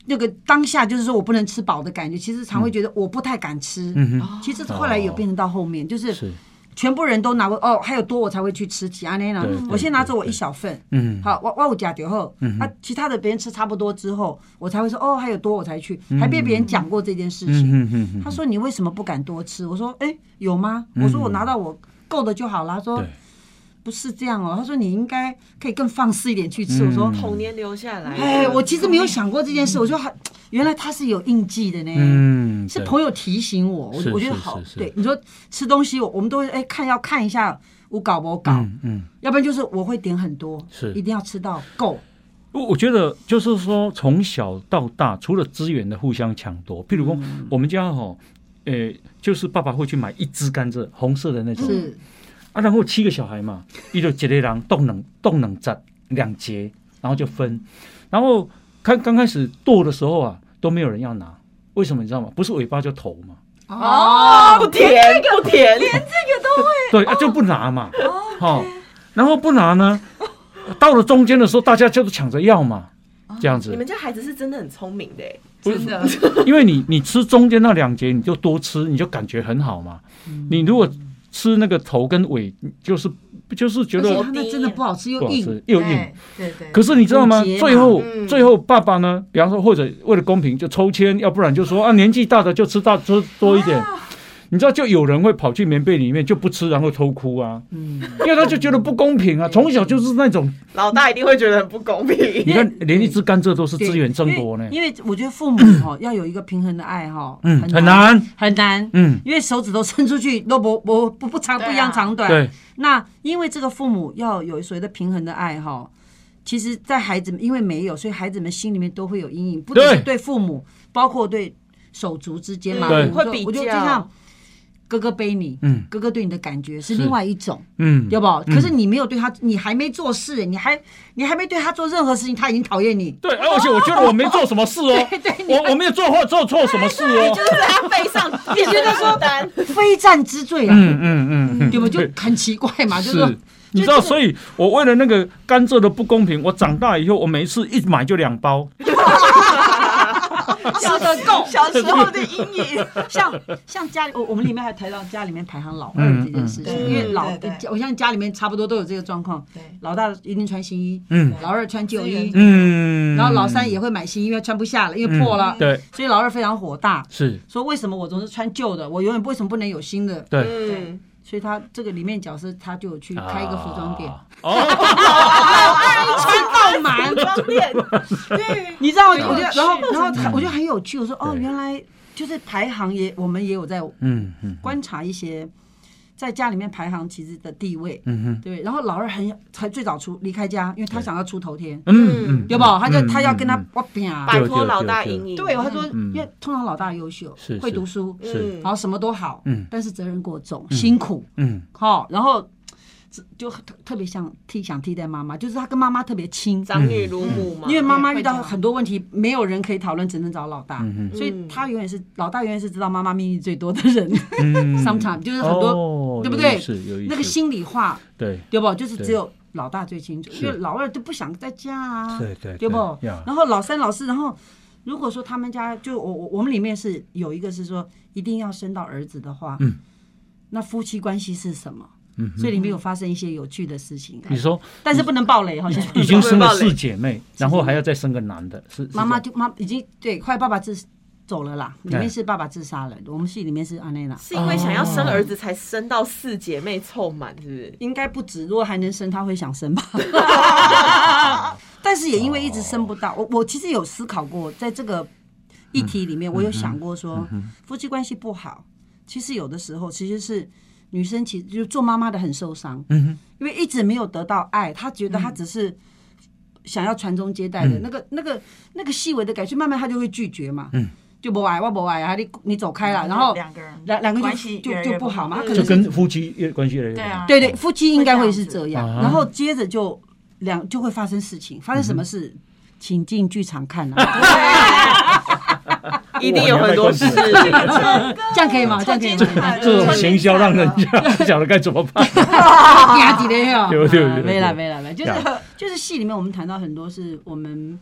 Speaker 7: 那个当下，就是说我不能吃饱的感觉。其实常会觉得我不太敢吃。
Speaker 5: 嗯哼，哦
Speaker 7: 其实后来有变成到后面，就是
Speaker 5: 是，
Speaker 7: 全部人都拿过哦，还有多我才会去吃其他那呢
Speaker 5: 对对，
Speaker 7: 我先拿走我一小份，
Speaker 5: 嗯
Speaker 7: 好，我我有假酒后，啊，其他的别人吃差不多之后，我才会说哦，还有多我才去，还被别人讲过这件事
Speaker 5: 嗯
Speaker 7: 情。
Speaker 5: 哼哼哼嗯
Speaker 7: 他说你为什么不敢多吃？我说哎，有吗？我说我拿到我够的就好了。他说
Speaker 5: 对
Speaker 7: 不是这样哦，他说你应该可以更放肆一点去吃。我
Speaker 5: 嗯
Speaker 7: 说
Speaker 3: 童年留下来。
Speaker 7: 哎，我其实没有想过这件事，我说还原来他是有印记的呢。
Speaker 5: 嗯，
Speaker 7: 是
Speaker 5: 对
Speaker 7: 朋友提醒我，我
Speaker 5: 是
Speaker 7: 我觉得
Speaker 5: 是
Speaker 7: 好
Speaker 5: 是。是
Speaker 7: 对，你说吃东西，我我们都会哎看要看一下我搞不搞，
Speaker 5: 嗯嗯。
Speaker 7: 要不然就是我会点很多，
Speaker 5: 是
Speaker 7: 一定要吃到够。
Speaker 5: 我我觉得就是说，从小到大，除了资源的互相抢夺，譬如说我们家哈，呃，就是爸爸会去买一支甘蔗，红色的那种，
Speaker 7: 是，
Speaker 5: 啊，然后七个小孩嘛，伊就一个人冻冷冻冷摘两节，然后就分，然后看刚开始剁的时候啊，都没有人要拿，为什么你知道吗？不是尾巴就头嘛，
Speaker 3: 哦，不甜不甜，
Speaker 5: (laughs) 对啊，就不拿嘛，好、然后不拿呢，到了中间的时候，大家就是抢着要嘛，这样子。
Speaker 3: 你们家孩子是真的很聪明的欸，
Speaker 5: 不是的， (laughs) 因为你你吃中间那两节，你就多吃，你就感觉很好嘛。
Speaker 7: 嗯
Speaker 5: 你如果吃那个头跟尾，就是就是觉
Speaker 7: 而且
Speaker 5: 得
Speaker 7: 他们真的不好吃又
Speaker 5: 不好
Speaker 7: 硬，
Speaker 5: 吃又硬。
Speaker 4: 对对对，
Speaker 5: 可是你知道吗
Speaker 7: 有节？嘛
Speaker 5: 最后
Speaker 3: 嗯
Speaker 5: 最后爸爸呢，比方说或者为了公平就抽签，要不然就说啊年纪大的就吃大吃多一点。
Speaker 7: 啊
Speaker 5: 你知道，就有人会跑去棉被里面就不吃，然后偷哭啊，
Speaker 7: 嗯，
Speaker 5: 因为他就觉得不公平啊。从小就是那种，
Speaker 3: 老大一定会觉得很不公平。
Speaker 5: 你看连一支甘蔗都是资源争夺呢，
Speaker 7: 因为我觉得
Speaker 5: (coughs)
Speaker 7: 父母哦要有一个平衡的爱哈，
Speaker 5: 嗯，很
Speaker 7: 很难
Speaker 5: 难，
Speaker 7: 很难，
Speaker 5: 嗯，
Speaker 7: 因为手指头伸出去都不不不不长
Speaker 4: 对啊
Speaker 7: 不一样长短。
Speaker 5: 对，
Speaker 7: 那因为这个父母要有所谓的平衡的爱哈，其实，在孩子们因为没有，所以孩子们心里面都会有阴影，不只
Speaker 5: 对
Speaker 7: 是对父母，包括对手足之间嘛，
Speaker 5: 对
Speaker 7: 我们说
Speaker 3: 会比较
Speaker 7: 我就就像哥哥背你，
Speaker 5: 嗯
Speaker 7: 哥哥对你的感觉是另外一种，
Speaker 5: 嗯，
Speaker 7: 对不？
Speaker 5: 嗯
Speaker 7: 可是你没有对他，你还没做事，你还你还没对他做任何事情，他已经讨厌你。
Speaker 5: 对，而且我觉得我没做什么事
Speaker 7: (laughs)
Speaker 5: 哦，我我没有做错做错什么事
Speaker 7: 哎
Speaker 5: 哦，
Speaker 3: 就是在他背上，你觉得说单，
Speaker 7: 非战之罪啊，
Speaker 5: 嗯嗯嗯
Speaker 7: 对不？就
Speaker 5: 对
Speaker 7: 很奇怪嘛，就是说
Speaker 5: 是。你知道，所以我为了那个甘蔗的不公平，我长大以后，我每一次一买就两包。
Speaker 3: 笑得够，
Speaker 4: 小时候的阴影，
Speaker 7: 像像家里，我我们里面还谈到家里面排行老二这件事情，
Speaker 4: 嗯嗯
Speaker 7: 因为老
Speaker 4: 对对对
Speaker 7: 我相信家里面差不多都有这个状况，
Speaker 4: 对
Speaker 7: 老大一定穿新衣，
Speaker 5: 嗯
Speaker 7: 老二穿旧衣，
Speaker 5: 嗯，
Speaker 7: 然后老三也会买新衣，因为穿不下了，因为破了，
Speaker 5: 对，
Speaker 7: 所以老二非常火大，
Speaker 5: 是，
Speaker 7: 说为什么我总是穿旧的，我永远为什么不能有新的？
Speaker 5: 对，
Speaker 3: (laughs) 嗯，
Speaker 7: 所以他这个里面角色他就有去开一个服装 (laughs) 店，
Speaker 5: 啊。哦，
Speaker 7: 穿到满。
Speaker 3: 装脸，对，
Speaker 7: 你知道，我
Speaker 5: 啊
Speaker 7: 觉得，
Speaker 3: 很有趣
Speaker 7: 然后，然后
Speaker 3: 真
Speaker 7: 他我觉得很有趣。我说，哦，
Speaker 5: 对
Speaker 7: 原来就是排行也，我们也有在
Speaker 5: 嗯嗯
Speaker 7: 观察一些在家里面排行其实的地位，
Speaker 5: 嗯哼
Speaker 7: 对。然后老二很才最早出离开家，因为他想要出头天，
Speaker 5: 嗯嗯，
Speaker 7: 对吧？他就他要跟他我拼啊，
Speaker 3: 摆脱老大阴影。
Speaker 7: 对，他说，
Speaker 5: 嗯
Speaker 7: 因为通常老大优秀
Speaker 5: 是，
Speaker 7: 会
Speaker 5: 是
Speaker 7: 读书，
Speaker 5: 是
Speaker 3: 嗯
Speaker 7: 然后什么都好
Speaker 5: 嗯，
Speaker 7: 但是责任过重，辛苦，
Speaker 5: 嗯
Speaker 7: 好，然后就特特别想替想替代妈妈，就是他跟妈妈特别亲，
Speaker 3: 长女如母嘛，
Speaker 7: 因为妈妈
Speaker 4: 会
Speaker 7: 遇
Speaker 4: 这
Speaker 7: 到
Speaker 4: 样
Speaker 7: 很多问题，没有人可以讨论，只能找老大。
Speaker 5: 嗯
Speaker 7: 所以他永远是老大，永远是知道妈妈秘密最多的人。
Speaker 5: 嗯
Speaker 7: (laughs) Sometimes 就是很多
Speaker 5: 哦
Speaker 7: 对不对
Speaker 5: 有意思有意思，
Speaker 7: 那个心里话，
Speaker 5: 对，
Speaker 7: 对不？就是
Speaker 5: 对
Speaker 7: 只有老大最清楚，
Speaker 5: 是
Speaker 7: 因为老二都不想在家啊，
Speaker 5: 对对
Speaker 7: 对不
Speaker 5: 对呀？
Speaker 7: 然后老三、老四，然后如果说他们家就我我我们里面是有一个是说一定要生到儿子的话，
Speaker 5: 嗯，
Speaker 7: 那夫妻关系是什么？
Speaker 5: 嗯
Speaker 7: 所以里面有发生一些有趣的事情，哎
Speaker 5: 你说
Speaker 7: 但是不能暴雷，好像
Speaker 5: 已经生了四姐妹，然后还要再生个男的，是是
Speaker 7: 妈妈
Speaker 5: 这
Speaker 7: 就妈已经对，快爸爸自走了啦，里
Speaker 5: 哎
Speaker 7: 面是爸爸自杀了，我们戏里面是安内拉。
Speaker 3: 是因为想要生儿
Speaker 5: 哦
Speaker 3: 子才生到四姐妹凑满，是不是？
Speaker 7: 应该不止，如果还能生，他会想生吧。 (laughs) 但是也因为一直生不到，我我其实有思考过，在这个议题里面，我有想过
Speaker 5: 嗯
Speaker 7: 说，夫妻关系不好，其实有的时候其实是女生其实就做妈妈的很受伤，
Speaker 5: 嗯
Speaker 7: 因为一直没有得到爱，她觉得她只是。想要传宗接代的、
Speaker 5: 嗯
Speaker 7: 那个、那个、那个细微的改变，慢慢她就会拒绝嘛，
Speaker 5: 嗯
Speaker 7: 就不爱，我不爱啊，你你走开了，然后
Speaker 4: 嗯两个人
Speaker 7: 两两个
Speaker 4: 关
Speaker 7: 就
Speaker 4: 系
Speaker 7: 就
Speaker 4: 越来越
Speaker 7: 就不好嘛，
Speaker 4: 不
Speaker 7: 她可
Speaker 4: 好
Speaker 5: 样
Speaker 7: 能
Speaker 5: 就是跟夫妻越关系越来越
Speaker 4: 对啊
Speaker 5: 好
Speaker 7: 对对，夫妻应该会是这样
Speaker 5: 哦会这样。子啊
Speaker 7: 然后接着就两就会发生事情，发生什么事，
Speaker 5: 嗯
Speaker 7: 请进剧场看
Speaker 5: (laughs)
Speaker 7: 啊，
Speaker 5: 啊
Speaker 3: 一定有很多事，
Speaker 5: (laughs)
Speaker 7: 这样可
Speaker 5: 哦
Speaker 7: 以吗？这样可以
Speaker 4: 啊
Speaker 7: 吗？
Speaker 5: 这种行销让人家 (laughs) 不晓得该怎么
Speaker 4: (laughs)
Speaker 5: 办。
Speaker 7: 嗲几的哟，
Speaker 5: 有有有有
Speaker 7: 啊没了没了没了， (laughs) 就是
Speaker 5: 呀嗯
Speaker 7: 就是戏里面我们谈到很多是我们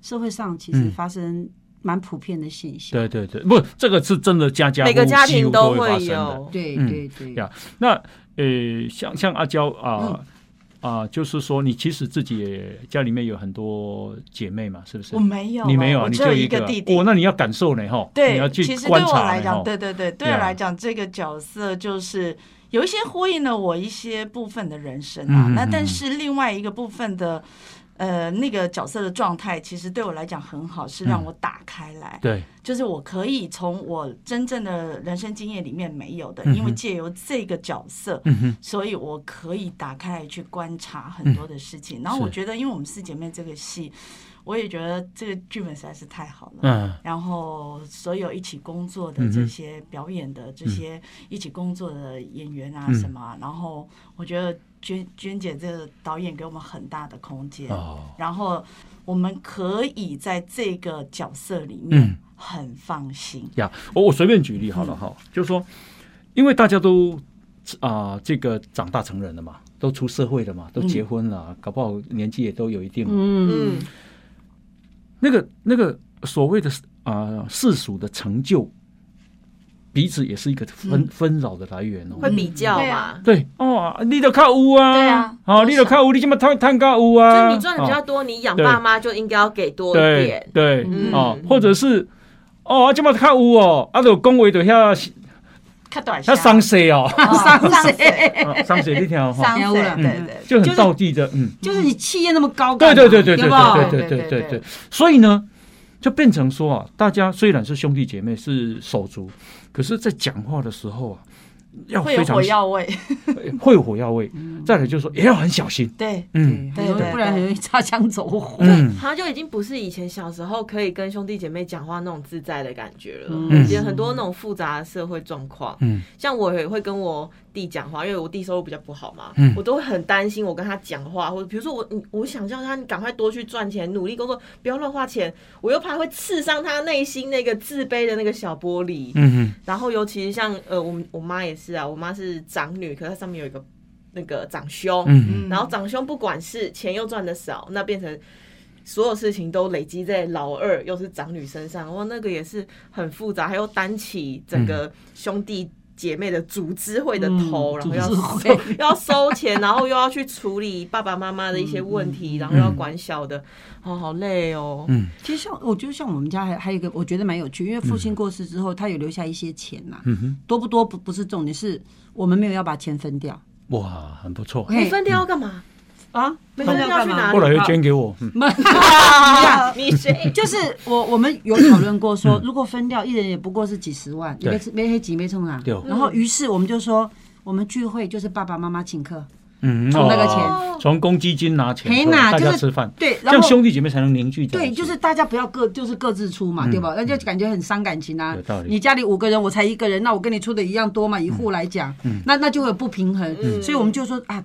Speaker 7: 社会上其实发生蛮普遍的现象。
Speaker 5: 对对对，不，这个是真的家家户
Speaker 3: 每个家
Speaker 5: 几乎
Speaker 3: 庭
Speaker 5: 都
Speaker 3: 都
Speaker 5: 会发
Speaker 3: 会
Speaker 5: 生的。
Speaker 3: 有，
Speaker 7: 对
Speaker 5: 嗯
Speaker 7: 对对
Speaker 5: 呀那呃，像像阿娇
Speaker 4: 嗯
Speaker 5: 啊啊，就是说你其实自己也家里面有很多姐妹嘛，是不是
Speaker 4: 我？没有，啊
Speaker 5: 你没有，啊
Speaker 4: 我
Speaker 5: 你
Speaker 4: 只有
Speaker 5: 一
Speaker 4: 一个弟弟
Speaker 5: 哦，。那你要感受呢，哈，你要
Speaker 4: 对，
Speaker 5: 去
Speaker 4: 其实对
Speaker 5: 观
Speaker 4: 我
Speaker 5: 察
Speaker 4: 来
Speaker 5: 呢，哈
Speaker 4: 讲，。对对对，对我
Speaker 5: Yeah
Speaker 4: 来讲，这个角色就是有一些呼应了我一些部分的人生啊。
Speaker 5: 嗯嗯嗯
Speaker 4: 那但是另外一个部分的，呃，那个角色的状态，其实对我来讲很好，是
Speaker 5: 嗯
Speaker 4: 让我打开来，
Speaker 5: 对，
Speaker 4: 就是我可以从我真正的人生经验里面没有的，
Speaker 5: 嗯哼
Speaker 4: 因为借由这个角色。
Speaker 5: 嗯哼，
Speaker 4: 所以我可以打开来去观察很多的事情，然后我
Speaker 5: 是
Speaker 4: 觉得，因为我们四姐妹这个戏，我也觉得这个剧本实在是太好了。
Speaker 5: 嗯
Speaker 4: 然后所有一起工作
Speaker 5: 嗯
Speaker 4: 的
Speaker 5: 哼
Speaker 4: 这些表演的、这些一起工作的演员啊
Speaker 5: 嗯
Speaker 4: 什么啊，然后我觉得娟娟姐这个导演给我们很大的空间，
Speaker 5: 哦，
Speaker 4: 然后我们可以在这个角色里
Speaker 5: 嗯
Speaker 4: 面很放心。
Speaker 5: 呀，我我随便举例好了哈，就是说，因为大家都啊、这个长大成人了嘛，都出社会了嘛，都结婚了，搞不好年纪也都有一定了。
Speaker 7: 嗯，
Speaker 3: 嗯，
Speaker 5: 那个那个所谓的啊、世俗的成就，彼此也是一个纷、纷扰的来源哦。
Speaker 3: 会比较
Speaker 4: 对
Speaker 3: 嘛
Speaker 4: 啊。
Speaker 5: 对哦，你都靠有啊，
Speaker 4: 对啊
Speaker 5: 哦，
Speaker 4: 多
Speaker 5: 你都靠有，你怎么探探靠有
Speaker 3: 就
Speaker 5: 啊？
Speaker 3: 是你赚的比较多，你养
Speaker 5: 对
Speaker 3: 爸妈就应该要给多一
Speaker 5: 对
Speaker 3: 点。
Speaker 5: 对、
Speaker 3: 嗯
Speaker 5: 哦，或者是哦，啊，这么靠有哦，啊，就恭维就遐
Speaker 3: 啊
Speaker 4: 看短下
Speaker 5: 遐伤势 (laughs) 哦，
Speaker 4: 伤谁？
Speaker 5: 啊伤势你听 (laughs) 哦。
Speaker 4: 伤
Speaker 7: 嗯
Speaker 4: 谁？对对对。
Speaker 5: 就很道地的，嗯，
Speaker 7: 就是你气焰那么高干
Speaker 5: 对
Speaker 7: 嘛，
Speaker 5: 对对对对
Speaker 7: 不
Speaker 5: 对对
Speaker 4: 对
Speaker 5: 对
Speaker 4: 对
Speaker 5: 对
Speaker 4: 对
Speaker 5: 对，所以呢，就变成说啊，大家虽然是兄弟姐妹是手足，可是在讲话的时候啊，要
Speaker 4: 会
Speaker 5: 非
Speaker 4: 有
Speaker 5: 常
Speaker 4: 火药味，
Speaker 5: 会有火药味，再来就是说也要很小心，
Speaker 4: 对，
Speaker 5: 嗯
Speaker 7: 嗯对
Speaker 4: 对对
Speaker 7: 不然很容易擦枪走火。
Speaker 5: 嗯，
Speaker 3: 他就已经不是以前小时候可以跟兄弟姐妹讲话那种自在的感觉了。
Speaker 7: 嗯
Speaker 3: 也很多那种复杂的社会状况，
Speaker 5: 嗯，
Speaker 3: 像我也会跟我弟讲话，因为我弟收入比较不好嘛，
Speaker 5: 嗯
Speaker 3: 我都会很担心我跟他讲话，或者比如说我，你我想叫他你赶快多去赚钱，努力工作，不要乱花钱，我又怕会刺伤他内心那个自卑的那个小玻璃。
Speaker 5: 嗯
Speaker 3: 然后尤其是像呃，我们我妈也是啊，我妈是长女，可是她上面有一个那个长兄，
Speaker 5: 嗯
Speaker 3: 然后长兄不管是钱又赚的少，那变成所有事情都累积在老二又是长女身上，哇，那个也是很复杂，还有担起整个兄弟。姐妹的组织会的头，然后要
Speaker 7: 组织会
Speaker 3: 收 (laughs) 要收钱，然后又要去处理爸爸妈妈的一些问题，然后要管小的，哦，好累哦。
Speaker 5: 嗯
Speaker 7: 其实像我觉得像我们家还还有一个，我觉得蛮有趣，因为父亲过世之后，他有留下一些钱呐、
Speaker 5: 嗯哼，
Speaker 7: 多不多不不是重点，是我们没有要把钱分掉。
Speaker 5: 哇，很不错，
Speaker 3: 你分掉要干嘛？
Speaker 7: 啊，
Speaker 3: 分掉要去哪
Speaker 5: 后
Speaker 3: 里？
Speaker 5: 来又捐给我，嗯
Speaker 3: 啊 (laughs) 你谁？
Speaker 7: 就是我我们有讨论过说，如果分掉，一人也不过是几十万，
Speaker 5: 嗯对
Speaker 7: 没没黑几没冲啊
Speaker 5: 对哦。
Speaker 7: 然后于是我们就说，我们聚会就是爸爸妈妈请客，
Speaker 5: 嗯，
Speaker 7: 从那个
Speaker 5: 哦
Speaker 7: 钱
Speaker 5: 从公积金拿钱
Speaker 7: 嘿
Speaker 5: 出来，
Speaker 7: 呐
Speaker 5: 大
Speaker 7: 就
Speaker 5: 家
Speaker 7: 是
Speaker 5: 吃饭，
Speaker 7: 对，
Speaker 5: 这
Speaker 7: 然
Speaker 5: 样
Speaker 7: 后
Speaker 5: 兄弟姐妹才能凝聚在一起，嗯
Speaker 7: 对，就是大家不要各就是各自出嘛，对吧？那就感觉很伤感情啊
Speaker 5: 有道。理
Speaker 7: 你家里五个人，我才一个人，那我跟你出的一样多嘛，一户来讲，
Speaker 5: 嗯
Speaker 7: 那那就会有不平衡，所以我们就说啊，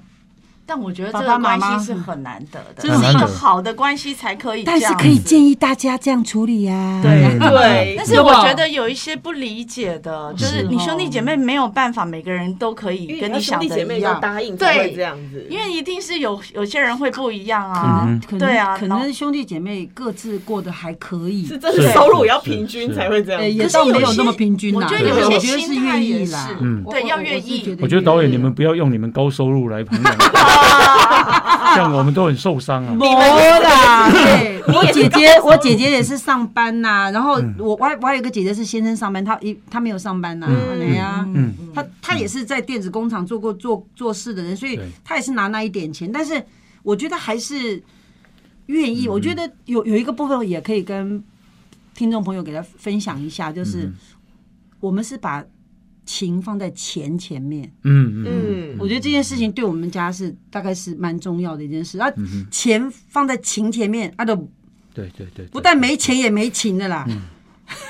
Speaker 4: 但我觉得
Speaker 7: 爸
Speaker 4: 这
Speaker 7: 爸
Speaker 4: 个
Speaker 7: 妈
Speaker 4: 关
Speaker 7: 妈
Speaker 4: 系是很难得的，
Speaker 7: 真
Speaker 4: 这是一
Speaker 5: 很难
Speaker 4: 个
Speaker 5: 得
Speaker 4: 好的关系才可以这
Speaker 7: 但
Speaker 4: 样子。
Speaker 7: 是可以建议大家这样处理啊哎呀。
Speaker 5: 嗯
Speaker 3: 对
Speaker 4: 但是我觉得有一些不理解的，就是你兄弟姐妹没有办法，每个人都可以跟你
Speaker 3: 兄
Speaker 4: 想
Speaker 3: 弟姐
Speaker 4: 的
Speaker 3: 妹
Speaker 4: 一
Speaker 3: 都
Speaker 4: 样，
Speaker 3: 答应才会
Speaker 4: 对
Speaker 3: 这样子，
Speaker 4: 因为一定是有有些人会不一样
Speaker 7: 可
Speaker 4: 啊。
Speaker 7: 能
Speaker 5: 嗯
Speaker 7: 可能
Speaker 4: 对啊
Speaker 7: 可能兄弟姐妹各自过得还可以，
Speaker 3: 是真的收入也要平均才会这样
Speaker 7: 呃，
Speaker 3: 子。
Speaker 7: 也
Speaker 4: 可是
Speaker 7: 倒没
Speaker 4: 有
Speaker 7: 有
Speaker 4: 些
Speaker 7: 那么平均
Speaker 4: 我
Speaker 7: 啦。
Speaker 4: 觉
Speaker 5: 得有
Speaker 7: 对
Speaker 5: 些
Speaker 7: 我觉得是
Speaker 4: 心态
Speaker 7: 愿
Speaker 4: 也
Speaker 7: 意啦
Speaker 4: 是。
Speaker 5: 嗯
Speaker 4: 对要愿
Speaker 7: 是
Speaker 4: 意
Speaker 7: 得
Speaker 5: 我觉得导演你们
Speaker 7: 愿意
Speaker 5: 不要用你们高收入来衡量，这样我们都很受伤啊。
Speaker 7: 没啦，对，我姐姐，我姐姐也是上班呐、然后
Speaker 5: 嗯
Speaker 7: 我我还我还有一个姐姐是先生上班，她一她没有上班呐、哎呀，
Speaker 5: 嗯
Speaker 7: 她她也是在电子工厂做过做做事的人，所以
Speaker 5: 对
Speaker 7: 她也是拿那一点钱，但是我觉得还是愿
Speaker 5: 嗯
Speaker 7: 意，我觉得有有一个部分也可以跟听众朋友给他分享一下，就是
Speaker 5: 嗯
Speaker 7: 我们是把情放在钱前面，
Speaker 5: 嗯嗯嗯，
Speaker 3: 嗯，
Speaker 7: 我觉得这件事情对我们家是大概是蛮重要的一件事。啊，钱放在情前面，啊都
Speaker 5: 嗯对对对，对
Speaker 7: 不但没钱也没情的啦。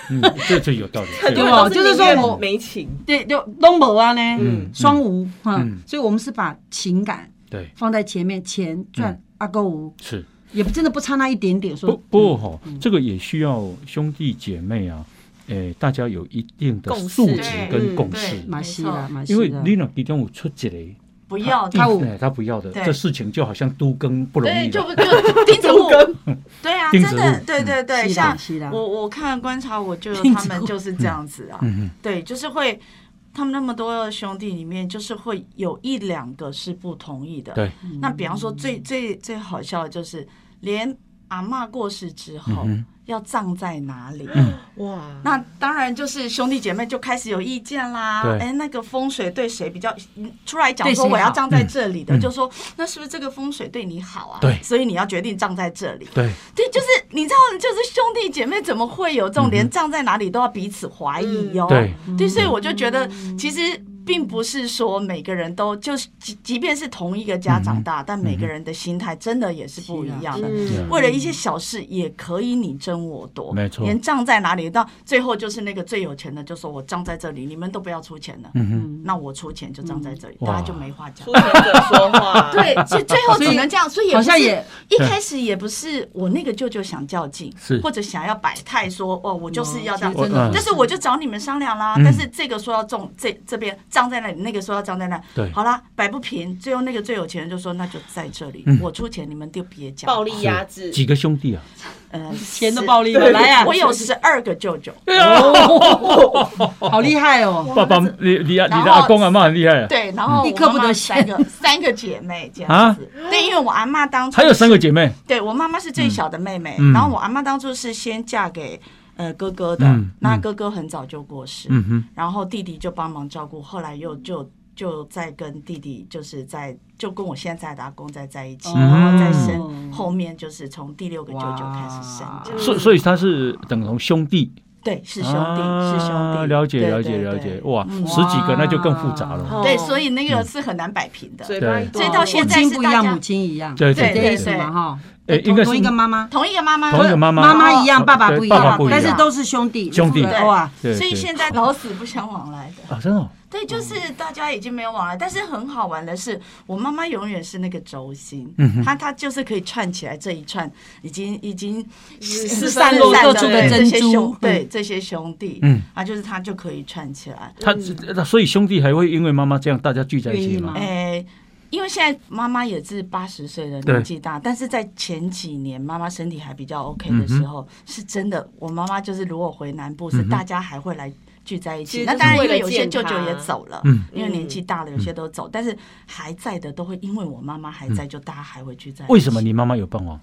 Speaker 5: 嗯，这这有道理，
Speaker 3: 很
Speaker 5: 这
Speaker 3: 多
Speaker 5: 有
Speaker 3: 人
Speaker 5: 道
Speaker 3: 都
Speaker 7: 对哦就是
Speaker 3: 宁
Speaker 7: 说
Speaker 3: 愿
Speaker 7: 我
Speaker 3: 没情，
Speaker 7: 对，就都没啊呢
Speaker 5: 嗯，
Speaker 7: 双无哈
Speaker 5: 嗯。
Speaker 7: 所以我们是把情感
Speaker 5: 理对
Speaker 7: 放在前面，钱赚啊够无，
Speaker 5: 是。
Speaker 7: 也不真的不差那一点点。
Speaker 5: 嗯不
Speaker 7: 说
Speaker 5: 不过哈，这个也需要兄弟姐妹啊，诶，大家有一定的
Speaker 3: 共识
Speaker 5: 素质跟
Speaker 3: 对
Speaker 5: 共
Speaker 4: 对
Speaker 5: 识，
Speaker 7: 马西啦，马西
Speaker 5: 因为
Speaker 7: 啦，
Speaker 5: 你若其中有出一个
Speaker 4: 不要
Speaker 5: 他
Speaker 4: 的。
Speaker 7: 舞
Speaker 5: 哎他不要的，
Speaker 4: 对
Speaker 5: 这事情就好像都更不容
Speaker 4: 对，
Speaker 5: 易
Speaker 4: 就
Speaker 5: 了。
Speaker 4: 就钉子户，对啊，
Speaker 5: 钉
Speaker 4: 真
Speaker 5: 子户
Speaker 4: 的，对对对，
Speaker 7: 是的
Speaker 4: 像
Speaker 7: 是的
Speaker 4: 我我看观察，我就
Speaker 7: 钉子
Speaker 4: 他
Speaker 7: 户
Speaker 4: 们就是这样子啊，
Speaker 5: 嗯
Speaker 4: 对，就是会，他们那么多兄弟里面，就是会有一两个是不同意的。
Speaker 5: 对，
Speaker 4: 那比方说最最最好笑的就是，连阿嬷过世之后、要葬在哪里。
Speaker 3: 哇，
Speaker 4: 那当然就是兄弟姐妹就开始有意见啦
Speaker 5: 对。
Speaker 4: 哎，那个风水对谁比较嗯出来讲
Speaker 7: 对谁
Speaker 4: 说
Speaker 7: 好
Speaker 4: 我要葬在这里的，
Speaker 5: 嗯
Speaker 4: 就说那是不是这个风水对你好啊？
Speaker 5: 对
Speaker 4: 所以你要决定葬在这里。
Speaker 5: 对，
Speaker 4: 对，就是你知道，就是兄弟姐妹怎么会有这种连葬在哪里都要彼此怀疑哟、
Speaker 5: 嗯对
Speaker 4: 对，所以我就觉得其实。并不是说每个人都就是，即即便是同一个家长
Speaker 5: 嗯
Speaker 4: 大，但每个人的心态真的也是不一样的。
Speaker 3: 嗯，
Speaker 4: 为了一些小事也可以你争我夺，
Speaker 5: 啊没错
Speaker 4: 连葬在哪里，到最后就是那个最有钱的就说我葬在这里，你们都不要出钱了，
Speaker 5: 嗯哼，
Speaker 4: 那我出钱就葬在这里，
Speaker 5: 哇
Speaker 4: 大家就没话讲
Speaker 3: 出。钱者说
Speaker 5: (laughs)
Speaker 3: 话，
Speaker 4: 对，所以最后只能这样，所以也不是
Speaker 7: 好像也
Speaker 4: 一开始也不是我那个舅舅想较劲，
Speaker 5: 是
Speaker 4: 或者想要摆态说哦，我就是要这样，
Speaker 7: 其实
Speaker 5: 真的
Speaker 4: 但是我就找你们商量啦。
Speaker 5: 嗯
Speaker 4: 但是这个说要种这这边葬在那里，那个说要葬在那，
Speaker 5: 对
Speaker 4: 好啦，摆不平，最后那个最有钱人就说那就在这里，
Speaker 7: 嗯
Speaker 4: 我出钱，你们就别讲，
Speaker 3: 暴力压制，
Speaker 5: 几个兄弟啊？
Speaker 4: 呃
Speaker 7: (laughs) 钱的
Speaker 4: 是
Speaker 7: 暴力了，来呀，嗯
Speaker 4: 我有十二个舅舅，
Speaker 5: 啊
Speaker 7: (laughs) 好厉害哦，
Speaker 5: 爸爸，你你啊，
Speaker 4: 然后
Speaker 5: 你的阿公阿妈很厉害啊，
Speaker 4: 对，然后
Speaker 7: 一
Speaker 4: 我
Speaker 7: 刻不
Speaker 4: 妈妈
Speaker 7: 得闲啊
Speaker 4: 三个三个姐妹这样子，对，因为我阿妈当初
Speaker 5: 还有三个姐妹，
Speaker 4: 对我妈妈是最小的妹妹，
Speaker 5: 嗯
Speaker 4: 然后我阿妈当初是先嫁给呃哥哥的，
Speaker 5: 嗯
Speaker 4: 那
Speaker 5: 嗯
Speaker 4: 哥哥很早就过世，
Speaker 5: 嗯哼，
Speaker 4: 然后弟弟就帮忙照顾，后来又就就在跟弟弟就是在就跟我现在的阿公在在一起，
Speaker 7: 哦
Speaker 4: 然后再生
Speaker 7: 嗯
Speaker 4: 后面就是从第六个舅舅开始生
Speaker 7: 哇
Speaker 4: 这样，
Speaker 5: 所以所以他是等同兄弟，
Speaker 4: 对，是兄弟，
Speaker 5: 啊
Speaker 4: 是兄弟，
Speaker 5: 了解
Speaker 4: 对
Speaker 5: 了解了。
Speaker 4: 对嗯
Speaker 5: 解，
Speaker 4: 对
Speaker 5: 哇，嗯十几个那就更复杂了，
Speaker 3: 哦
Speaker 4: 对，所以那个是很难摆平的。
Speaker 3: 嘴巴一
Speaker 5: 对
Speaker 3: 动，
Speaker 4: (laughs) 所以到
Speaker 7: 母
Speaker 4: 现在
Speaker 7: 亲
Speaker 4: 是
Speaker 7: 不一
Speaker 4: 大
Speaker 7: 样，
Speaker 4: 家
Speaker 7: 母亲一样，
Speaker 5: 对
Speaker 4: 对
Speaker 7: 这
Speaker 4: 对
Speaker 7: 意思嘛哈，
Speaker 5: 诶，应该是
Speaker 7: 同一个妈妈，
Speaker 4: 同一个妈妈，
Speaker 5: 同一个妈妈，
Speaker 7: 妈妈一样，
Speaker 5: 哦
Speaker 7: 爸爸不
Speaker 5: 对
Speaker 7: 一
Speaker 5: 爸爸
Speaker 7: 样
Speaker 5: 不一，样
Speaker 7: 但是都是兄弟
Speaker 5: 兄弟
Speaker 7: 对哇，
Speaker 5: 对，
Speaker 4: 所以
Speaker 5: 对
Speaker 4: 现在老死不相往来的。
Speaker 5: 啊，真的哦，
Speaker 4: 对，就是大家已经没有往来，但是很好玩的是，我妈妈永远是那个轴心，她她就是可以串起来这一串已经已经
Speaker 7: 四散落各处的珍珠
Speaker 4: 对这些兄弟，
Speaker 5: 嗯，
Speaker 4: 啊，就是她就可以串起来。
Speaker 5: 他
Speaker 4: 嗯
Speaker 5: 那所以兄弟还会因为妈妈这样大家聚在一起吗
Speaker 7: 愿意？吗
Speaker 4: 哎，因为现在妈妈也是八十岁的
Speaker 5: 对
Speaker 4: 年纪大，但是在前几年妈妈身体还比较 OK 的时
Speaker 5: 嗯
Speaker 4: 候，是真的，我妈妈就是如果回南部，是大家还会来。聚在一
Speaker 3: 其
Speaker 4: 起，
Speaker 3: 实
Speaker 4: 那
Speaker 3: 就是
Speaker 4: 当然，
Speaker 3: 为
Speaker 4: 因
Speaker 3: 了
Speaker 4: 为有些
Speaker 3: 健
Speaker 4: 舅舅也
Speaker 3: 康
Speaker 4: 走了，
Speaker 5: 嗯
Speaker 4: 因为年纪大了，有些都走，但是还在的都会因为我妈妈还在，就大家还会聚在一起。
Speaker 5: 嗯为什么你妈妈有帮忙？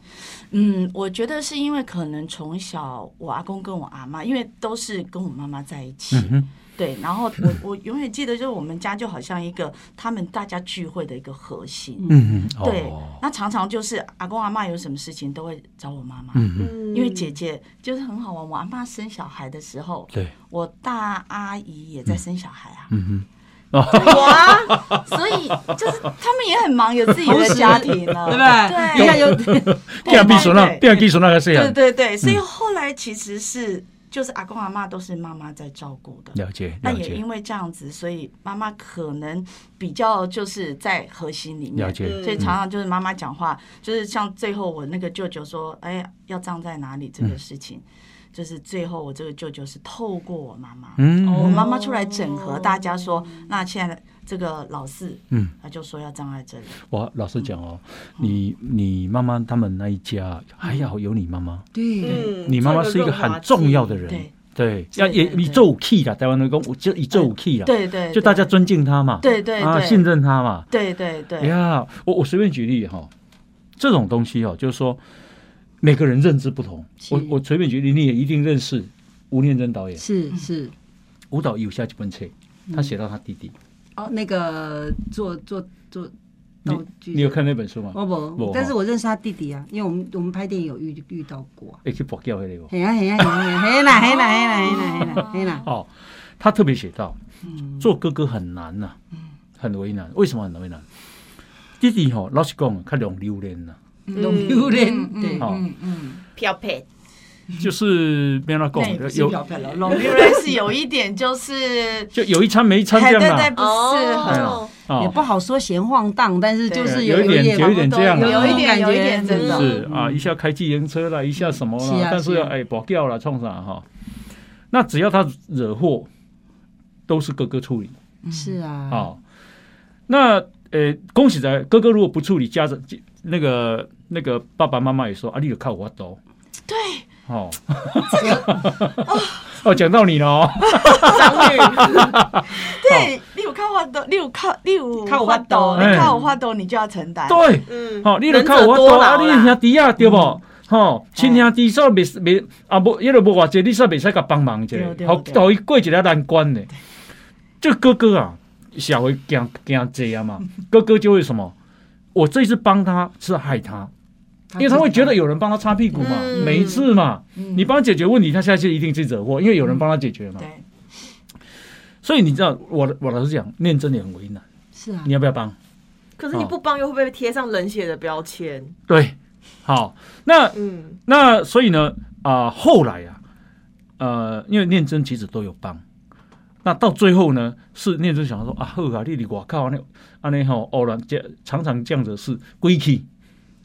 Speaker 4: 嗯，我觉得是因为可能从小我阿公跟我阿妈，因为都是跟我妈妈在一起，
Speaker 5: 嗯哼
Speaker 4: 对，然后我我永远记得，就是我们家就好像一个他们大家聚会的一个核心，
Speaker 5: 嗯嗯，
Speaker 4: 对
Speaker 5: 哦，，
Speaker 4: 那常常就是阿公阿妈有什么事情都会找我妈妈，
Speaker 5: 嗯嗯，
Speaker 3: 嗯
Speaker 4: 因为姐姐就是很好玩，我阿妈生小孩的时候，
Speaker 5: 对，
Speaker 4: 我大阿姨也在生小孩
Speaker 5: (laughs)
Speaker 4: 啊，
Speaker 5: 嗯
Speaker 4: 哇，所以就是他们也很忙，有自己的家
Speaker 5: (laughs)
Speaker 4: 庭了，
Speaker 7: 对不对？
Speaker 4: 对
Speaker 7: 一下有
Speaker 5: 哼，变技术那
Speaker 4: 对
Speaker 5: 变技术那个是
Speaker 4: 对
Speaker 5: 样，嗯
Speaker 4: 对对，所以后来其实是就是阿公阿妈都是妈妈在照顾的。
Speaker 5: 了解
Speaker 4: 那
Speaker 5: 了
Speaker 4: 也
Speaker 5: 解
Speaker 4: 因为这样子，所以妈妈可能比较就是在核心里面
Speaker 5: 了，解，
Speaker 4: 所以常常就是妈妈讲话，就是像最后我那个舅舅说，哎呀，要葬在哪里
Speaker 5: 嗯
Speaker 4: 这个事情，就是最后我这个舅舅是透过我妈妈，我
Speaker 5: 嗯
Speaker 4: 哦妈妈出来整合大家说，那现在这个老四，
Speaker 5: 嗯，
Speaker 4: 他就说要葬在这里，
Speaker 5: 我老实讲哦，你你妈妈他们那一家还好有你妈妈，
Speaker 7: 对，
Speaker 3: 嗯
Speaker 5: 你妈妈是一个很重要的，人
Speaker 4: 对，
Speaker 5: 对，要
Speaker 4: 对
Speaker 5: 也
Speaker 4: 对
Speaker 5: 你
Speaker 4: 对
Speaker 5: 做 key 啦，台湾人讲我就一做 key 啦，
Speaker 4: 对对，
Speaker 5: 就大
Speaker 4: 对
Speaker 5: 家尊敬他嘛，
Speaker 4: 对对
Speaker 5: 啊，
Speaker 4: 对
Speaker 5: 信任他嘛，
Speaker 4: 对对对，
Speaker 5: 哎呀，我我随便举例哈、这种东西哦，就是说每个人认知不同。
Speaker 7: 是
Speaker 5: 我我随便举例，你也一定认识吴念真导演，
Speaker 7: 是是。
Speaker 5: 吴导有下几本册，他写到他弟弟，
Speaker 7: 哦，那个做做做
Speaker 4: 嗯
Speaker 5: 你
Speaker 4: 哦
Speaker 7: 道具，
Speaker 5: 你有？看那本书吗？
Speaker 7: 我
Speaker 5: 没哦
Speaker 7: 不，但是我认识他弟弟啊，因为我们我们拍电影有遇遇到过啊。
Speaker 5: 哎，去博掉那个
Speaker 7: 嘿呀嘿呀嘿呀嘿啦嘿啦嘿啦嘿啦嘿啦嘿啦，
Speaker 5: 哦，他特别写到，做哥哥很难呐、很为难。为什么很为难？弟弟吼、老实讲，较容易留恋呐，
Speaker 7: 弄榴莲
Speaker 4: 嗯
Speaker 7: 对，
Speaker 5: 哦，
Speaker 4: 嗯嗯，
Speaker 3: 漂配，
Speaker 5: 就是没那
Speaker 4: 那也不
Speaker 5: 讲，
Speaker 4: 是
Speaker 5: 有
Speaker 4: 漂漂了，龙榴莲是有一点就是。
Speaker 5: 就有一餐没一餐
Speaker 4: 对
Speaker 5: 这
Speaker 4: 对
Speaker 5: 样
Speaker 4: 对，
Speaker 5: 啦。
Speaker 4: 不
Speaker 3: 哦
Speaker 4: 是
Speaker 5: 哎
Speaker 4: 很
Speaker 5: 呀
Speaker 7: 也
Speaker 5: 哦，
Speaker 7: 不好说闲晃荡，但是就是
Speaker 4: 对
Speaker 5: 有一点
Speaker 7: 点
Speaker 5: 有一点这样啊
Speaker 7: 有
Speaker 4: 有一点有一点真的
Speaker 5: 是啊，一下开自行车啦，一下什么
Speaker 7: 是
Speaker 5: 啦
Speaker 7: 啊，
Speaker 5: 但是
Speaker 7: 是
Speaker 5: 要
Speaker 7: 啊
Speaker 5: 哎保掉了，冲啥哈？那只要他惹祸，都是哥哥处理哦
Speaker 7: 是啊，
Speaker 5: 啊。那呃，恭喜在哥哥如果不处理家长，那个那个爸爸妈妈也说啊，你有靠我多
Speaker 4: 对，
Speaker 5: 哦。 (laughs) 哦，讲到你了哦，
Speaker 4: 对，你有靠花豆，你有靠，你有
Speaker 7: 靠有法度
Speaker 4: 你
Speaker 5: 哎
Speaker 4: 靠我花豆，你就要承担。
Speaker 5: 对，
Speaker 3: 嗯，
Speaker 5: 哦吼，你著
Speaker 3: 仁者
Speaker 5: 靠我
Speaker 3: 多
Speaker 5: 多啊，
Speaker 3: 劳
Speaker 5: 你
Speaker 3: 啦
Speaker 5: 的兄弟啊，对无？吼，亲兄弟煞袂袂啊，无伊著无偌济，你煞袂使甲帮忙一下
Speaker 4: 对，对
Speaker 5: 好，
Speaker 4: 对
Speaker 5: 互伊过一个难关呢。这哥哥啊，社会惊惊济啊嘛，哥哥就会什么？我这一次帮他是害他，因为他会觉得有人帮他擦屁股嘛，
Speaker 3: 嗯
Speaker 5: 每一次嘛，
Speaker 4: 嗯
Speaker 5: 你帮他解决问题，他下次一定去惹祸，因为有人帮他解决嘛。
Speaker 4: 对，
Speaker 5: 所以你知道，我我老实讲，念真的很为难，
Speaker 7: 是啊
Speaker 5: 你，要不要帮？
Speaker 3: 可
Speaker 5: 哦
Speaker 3: 是你不帮又会被贴上冷血的标签，
Speaker 5: 对，好，那
Speaker 3: 嗯，
Speaker 5: 那所以呢，啊、后来啊，呃，因为念真其实都有帮，那到最后呢，是念真想说啊，好啊，你你我靠，那安尼吼，偶然这常常这样子是归去，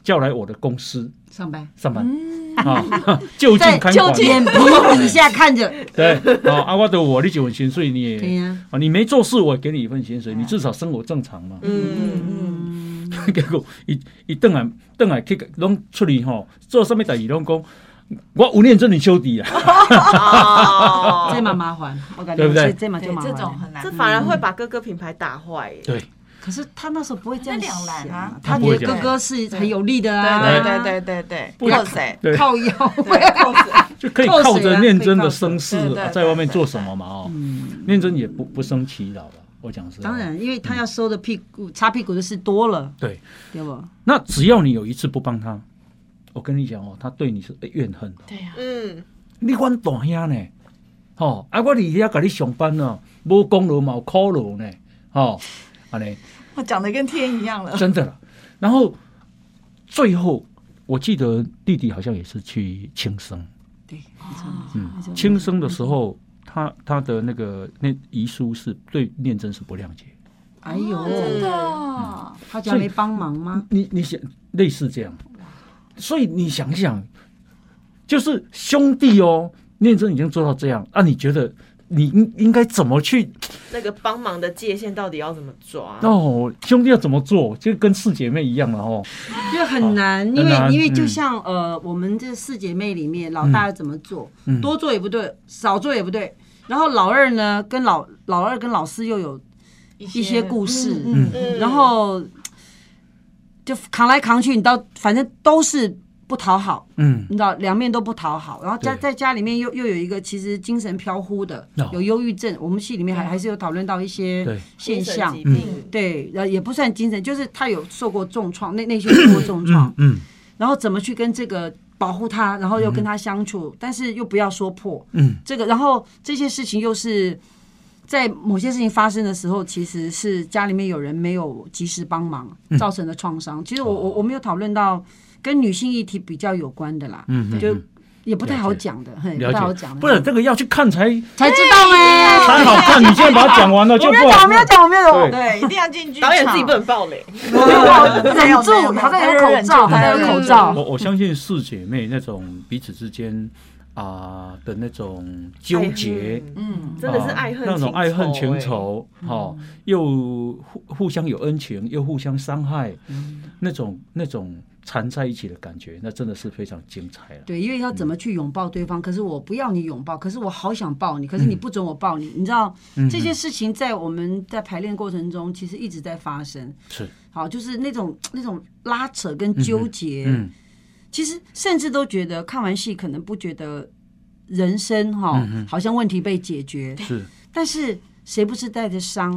Speaker 5: 叫来我的公司
Speaker 7: 上班
Speaker 5: 上班、啊， (laughs) 就近看管，
Speaker 7: 眼皮底下看着，
Speaker 5: 对，啊，啊，我的我你有薪水你
Speaker 7: 对
Speaker 5: 也。
Speaker 7: 呀，
Speaker 5: 啊，你没做事，我也给你一份薪水，你至少生活正常嘛。
Speaker 3: 嗯，
Speaker 5: (laughs) 结果伊伊转来转来去拢出去吼，做什么代志拢讲，我有念真你兄弟啊。
Speaker 3: 哦，
Speaker 7: 这嘛麻烦，我感觉
Speaker 5: 对不对
Speaker 7: 这这嘛就
Speaker 4: 对，
Speaker 7: 麻
Speaker 4: 这种
Speaker 7: 烦。
Speaker 4: 很
Speaker 3: (laughs)
Speaker 4: 难
Speaker 3: 这。反而会把哥哥品牌打坏耶。
Speaker 5: (laughs) 对，
Speaker 7: 可是他那时候不会这样
Speaker 4: 那两难
Speaker 7: 想
Speaker 4: 啊
Speaker 7: 他觉得哥哥是很有力的啊，
Speaker 4: 对对对对对，不
Speaker 5: 要
Speaker 4: 要谁，
Speaker 5: 对，
Speaker 7: 靠腰。
Speaker 5: 就可以靠着念真的声势
Speaker 4: 对对对
Speaker 5: 啊在外面做什么嘛哦，念真也不不生祈祷了，我讲是
Speaker 7: (laughs) 当然，因为他要收的屁股擦屁股的事多了，
Speaker 5: 对。
Speaker 7: 对不？
Speaker 5: 那只要你有一次不帮他，我跟你讲哦，他对你是怨恨的。
Speaker 7: 啊
Speaker 4: 对呀，
Speaker 3: 嗯，
Speaker 5: 你管大兄呢？哦，啊，我伫遐甲你上班呢，无功劳嘛有苦劳呢，哦，安尼
Speaker 4: 我讲的跟天一样了。
Speaker 5: (laughs) 真的了。然后最后，我记得弟弟好像也是去轻生，
Speaker 7: 对，
Speaker 5: 嗯，轻生的时候，他他的那个那遗书是对念真是不谅解。
Speaker 7: 哎呦，
Speaker 4: 啊真的哦，
Speaker 7: 他家没帮忙吗？
Speaker 5: 你你想类似这样，所以你想想，就是兄弟哦，念真已经做到这样，啊，你觉得你应应该怎么去？
Speaker 3: 那个帮忙的界限到底要怎么抓？
Speaker 5: 哦，兄弟要怎么做？就跟四姐妹一样了哦。
Speaker 7: 就很难，因
Speaker 5: 很难
Speaker 7: 为因为就
Speaker 5: 嗯
Speaker 7: 像呃，我们这四姐妹里面，老大要怎么做
Speaker 5: 嗯，
Speaker 7: 多做也不对，少做也不对。然后老二呢，跟老老二跟老四又有一些故事，
Speaker 5: 嗯
Speaker 3: 嗯
Speaker 7: 然后就扛来扛去，你到反正都是不讨好，
Speaker 5: 嗯
Speaker 7: 你知道两面都不讨好，然后家
Speaker 5: 对
Speaker 7: 在家里面又又有一个其实精神飘忽的
Speaker 5: 哦，
Speaker 7: 有忧郁症，我们戏里面还
Speaker 4: 对
Speaker 7: 还是有讨论到一
Speaker 5: 对
Speaker 7: 些现
Speaker 3: 精神
Speaker 7: 象
Speaker 3: 疾，
Speaker 5: 嗯
Speaker 3: 病，
Speaker 7: 对，呃也不算精神，就是他有受过重创，内内心受过重创，
Speaker 5: 嗯
Speaker 7: 然后怎么去跟这个保护他，然后又跟他相处，但是又不要说破
Speaker 5: 嗯，
Speaker 7: 这个，然后这些事情又是在某些事情发生的时候，其实是家里面有人没有及时帮忙造成的创伤。其实我我我们有讨论到跟女性议题比较有关的啦，
Speaker 5: 嗯嗯
Speaker 7: 就也不太好
Speaker 5: 了解
Speaker 7: 讲的，很不太好
Speaker 5: 了解
Speaker 7: 讲，的，
Speaker 5: 不然这个要去看才
Speaker 7: 才知道哎、
Speaker 5: 才好看。你现在把它讲完了，就
Speaker 7: 我没
Speaker 5: 不
Speaker 7: 有讲，
Speaker 5: 好
Speaker 7: 我没有讲，我没有
Speaker 5: 对
Speaker 7: 讲。
Speaker 4: 对，一定要进剧场
Speaker 3: 导演自己不
Speaker 4: (laughs)
Speaker 3: 能爆雷，
Speaker 7: 忍住，好像有口罩，还有口罩。
Speaker 5: 我我相信四姐妹那种彼此之间啊、的那种纠结，
Speaker 4: 嗯，
Speaker 3: 哎真的是爱
Speaker 5: 啊
Speaker 3: 恨
Speaker 5: 那种爱恨
Speaker 3: 情哎
Speaker 5: 情
Speaker 3: 仇
Speaker 5: 仇，哦，又互互相有恩情，又互相伤害，那种那种缠在一起的感觉，那真的是非常精彩了。
Speaker 7: 对，因为要怎么
Speaker 5: 嗯
Speaker 7: 去拥抱对方？可是我不要你拥抱，可是我好想抱你，可是
Speaker 5: 嗯
Speaker 7: 你不准我抱你。你知道这些事情在我们在排练过程中，其实一直在发生。
Speaker 5: 是，
Speaker 7: 好，就是那种那种拉扯跟纠结，
Speaker 5: 嗯
Speaker 7: 其实甚至都觉得看完戏可能不觉得人生哈、
Speaker 5: 嗯
Speaker 7: 好像问题被解决，
Speaker 5: 是
Speaker 7: 但是谁不是带着伤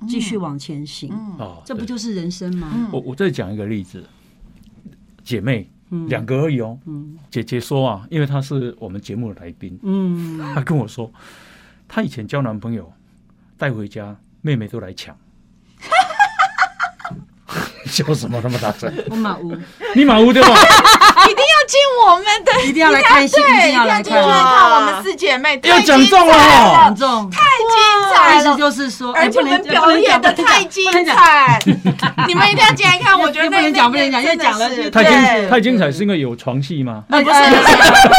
Speaker 4: 嗯
Speaker 7: 继续往前行？
Speaker 5: 哦，
Speaker 7: 这不
Speaker 5: 对
Speaker 7: 就是人生吗？
Speaker 5: 我我再讲一个例子，姐妹两个而已哦。姐姐说啊，因为她是我们节目的来宾，
Speaker 7: 嗯，
Speaker 5: 她跟我说，她以前交男朋友带回家，妹妹都来抢。 (laughs) 笑什么那么大
Speaker 4: (laughs)
Speaker 5: 声？
Speaker 7: 我马乌
Speaker 5: 你马虎对吧？
Speaker 4: (laughs) 一定要进我们的，
Speaker 7: 一定要来看戏，一定
Speaker 4: 对，一
Speaker 7: 要
Speaker 4: 定
Speaker 7: 来
Speaker 4: 要进剧
Speaker 7: 看
Speaker 4: 场
Speaker 7: 戏。
Speaker 4: 看我们四姐妹，
Speaker 5: 又
Speaker 4: 太
Speaker 5: 讲
Speaker 4: 精
Speaker 5: 中了
Speaker 4: 彩
Speaker 5: 哦
Speaker 7: 很重，
Speaker 4: 太
Speaker 7: 意
Speaker 4: 精彩
Speaker 7: 思
Speaker 4: 了。
Speaker 7: 就是说，哎
Speaker 4: 而且我
Speaker 7: 不能
Speaker 4: 们表演的太精 (laughs) 彩，你们一定要进来看。我觉得
Speaker 7: 不能讲不能讲
Speaker 4: 因为
Speaker 7: 因为讲了就
Speaker 5: 太
Speaker 4: 对
Speaker 5: 精太精彩是因为有床戏吗？
Speaker 7: 不能讲。哎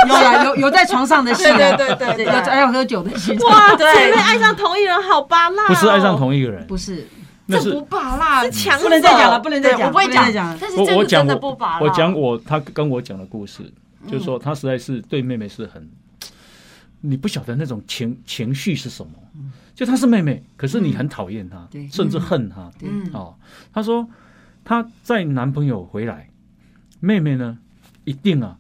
Speaker 7: 不是，有啦有有在床上的戏啊，
Speaker 4: 对对对对对
Speaker 7: 有还有喝酒的戏，
Speaker 3: 哇，
Speaker 4: 对
Speaker 3: 姐妹爱上同一人好巴辣哦，
Speaker 5: 不是爱上同一个人，
Speaker 7: 不是
Speaker 5: 那
Speaker 4: 啊这
Speaker 5: 是
Speaker 4: 不拔啦，
Speaker 3: 强哦
Speaker 7: 不能再讲了，不
Speaker 3: 能
Speaker 7: 能再
Speaker 4: 对，
Speaker 7: 讲，
Speaker 4: 我不会
Speaker 7: 能
Speaker 4: 讲
Speaker 7: 再讲，了。
Speaker 4: 但是
Speaker 5: 我
Speaker 4: 这
Speaker 5: 我
Speaker 4: 个
Speaker 5: 讲
Speaker 4: 真的
Speaker 5: 我
Speaker 4: 不拔啦。嗯
Speaker 5: 我讲我他跟我讲的故事，就是说他实在是对妹妹是很，你不晓得那种情情绪是什么，
Speaker 4: 嗯
Speaker 5: 就她是妹妹，可是你很讨厌她，
Speaker 7: 对
Speaker 5: 甚至恨她。
Speaker 4: 嗯
Speaker 5: 哦，她说她在男朋友回来，妹妹呢一定啊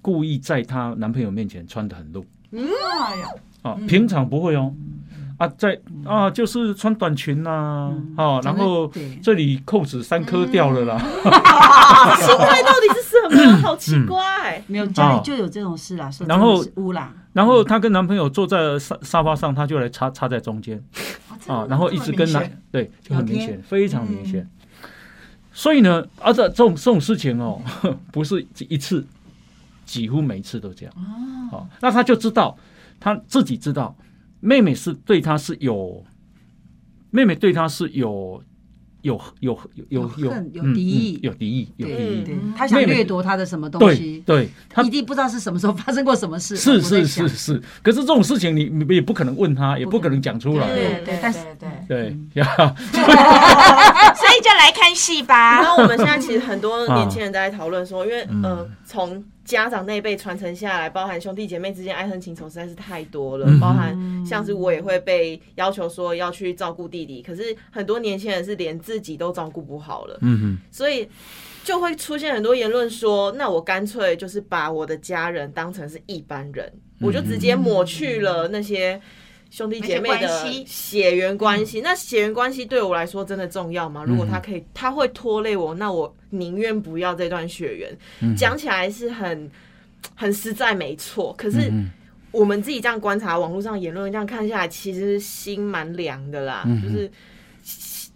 Speaker 5: 故意在她男朋友面前穿的很露
Speaker 4: 哎呀，
Speaker 5: 啊，平常不会哦。啊，在啊，就是穿短裙呐、啊，哦，然后
Speaker 7: 对
Speaker 5: 这里扣子三颗掉了啦，
Speaker 4: 嗯
Speaker 7: (laughs)
Speaker 3: 心态到底是什么？好奇怪，
Speaker 7: 没有家
Speaker 5: 哦
Speaker 7: 里就有这种事啦，说
Speaker 5: 然后
Speaker 7: 真的是污啦，
Speaker 5: 然后她跟男朋友坐在沙沙发上，她就来插插在中间
Speaker 4: 哦
Speaker 5: 啊，然后一直跟男对就很明
Speaker 7: 聊嗯
Speaker 5: 显，非常明显。所以呢，啊这这种这种事情哦， (laughs) 不是一次，几乎每一次都这样。
Speaker 7: 哦
Speaker 5: 好、那她就知道，她自己知道，妹妹是对她是有，妹妹对她是有有有有有
Speaker 7: 有恨有
Speaker 5: 嗯
Speaker 7: 敌意
Speaker 5: 嗯有敌意，有敌
Speaker 7: 对
Speaker 5: 意。
Speaker 7: 对，他想
Speaker 5: 妹妹
Speaker 7: 掠夺他的什么东
Speaker 5: 对
Speaker 7: 西，
Speaker 5: 对，她
Speaker 7: 一定不知道是什么时候发生过什么事，
Speaker 5: 是
Speaker 7: 我在
Speaker 5: 是
Speaker 7: 想
Speaker 5: 是，是，可是这种事情你你也不可能问他，也不可能讲出来。
Speaker 4: 对对
Speaker 7: 对
Speaker 4: 对
Speaker 7: 但
Speaker 4: 对对，
Speaker 5: 对 (laughs) 呀，
Speaker 4: (laughs) 所以就来看戏吧
Speaker 3: 然。后我们现在其实很多年轻人在讨论说，因为呃，从家长那一辈传承下来，包含兄弟姐妹之间爱恨情仇实在是太多了，包含像是我也会被要求说要去照顾弟弟，可是很多年轻人是连自己都照顾不好了，
Speaker 5: 嗯
Speaker 3: 所以就会出现很多言论说，那我干脆就是把我的家人当成是一般人，我就直接抹去了那些。兄弟姐妹
Speaker 4: 那些关
Speaker 3: 的
Speaker 4: 系
Speaker 3: 血缘关系，那血缘关系对我来说真的重要吗？如果他可以，他会拖累我，那我宁愿不要这段血缘。讲起来是很很实在，没错。可
Speaker 5: 嗯
Speaker 3: 是我们自己这样观察网络上言论，这样看下来，其实心蛮凉的啦。
Speaker 7: 嗯
Speaker 3: 就是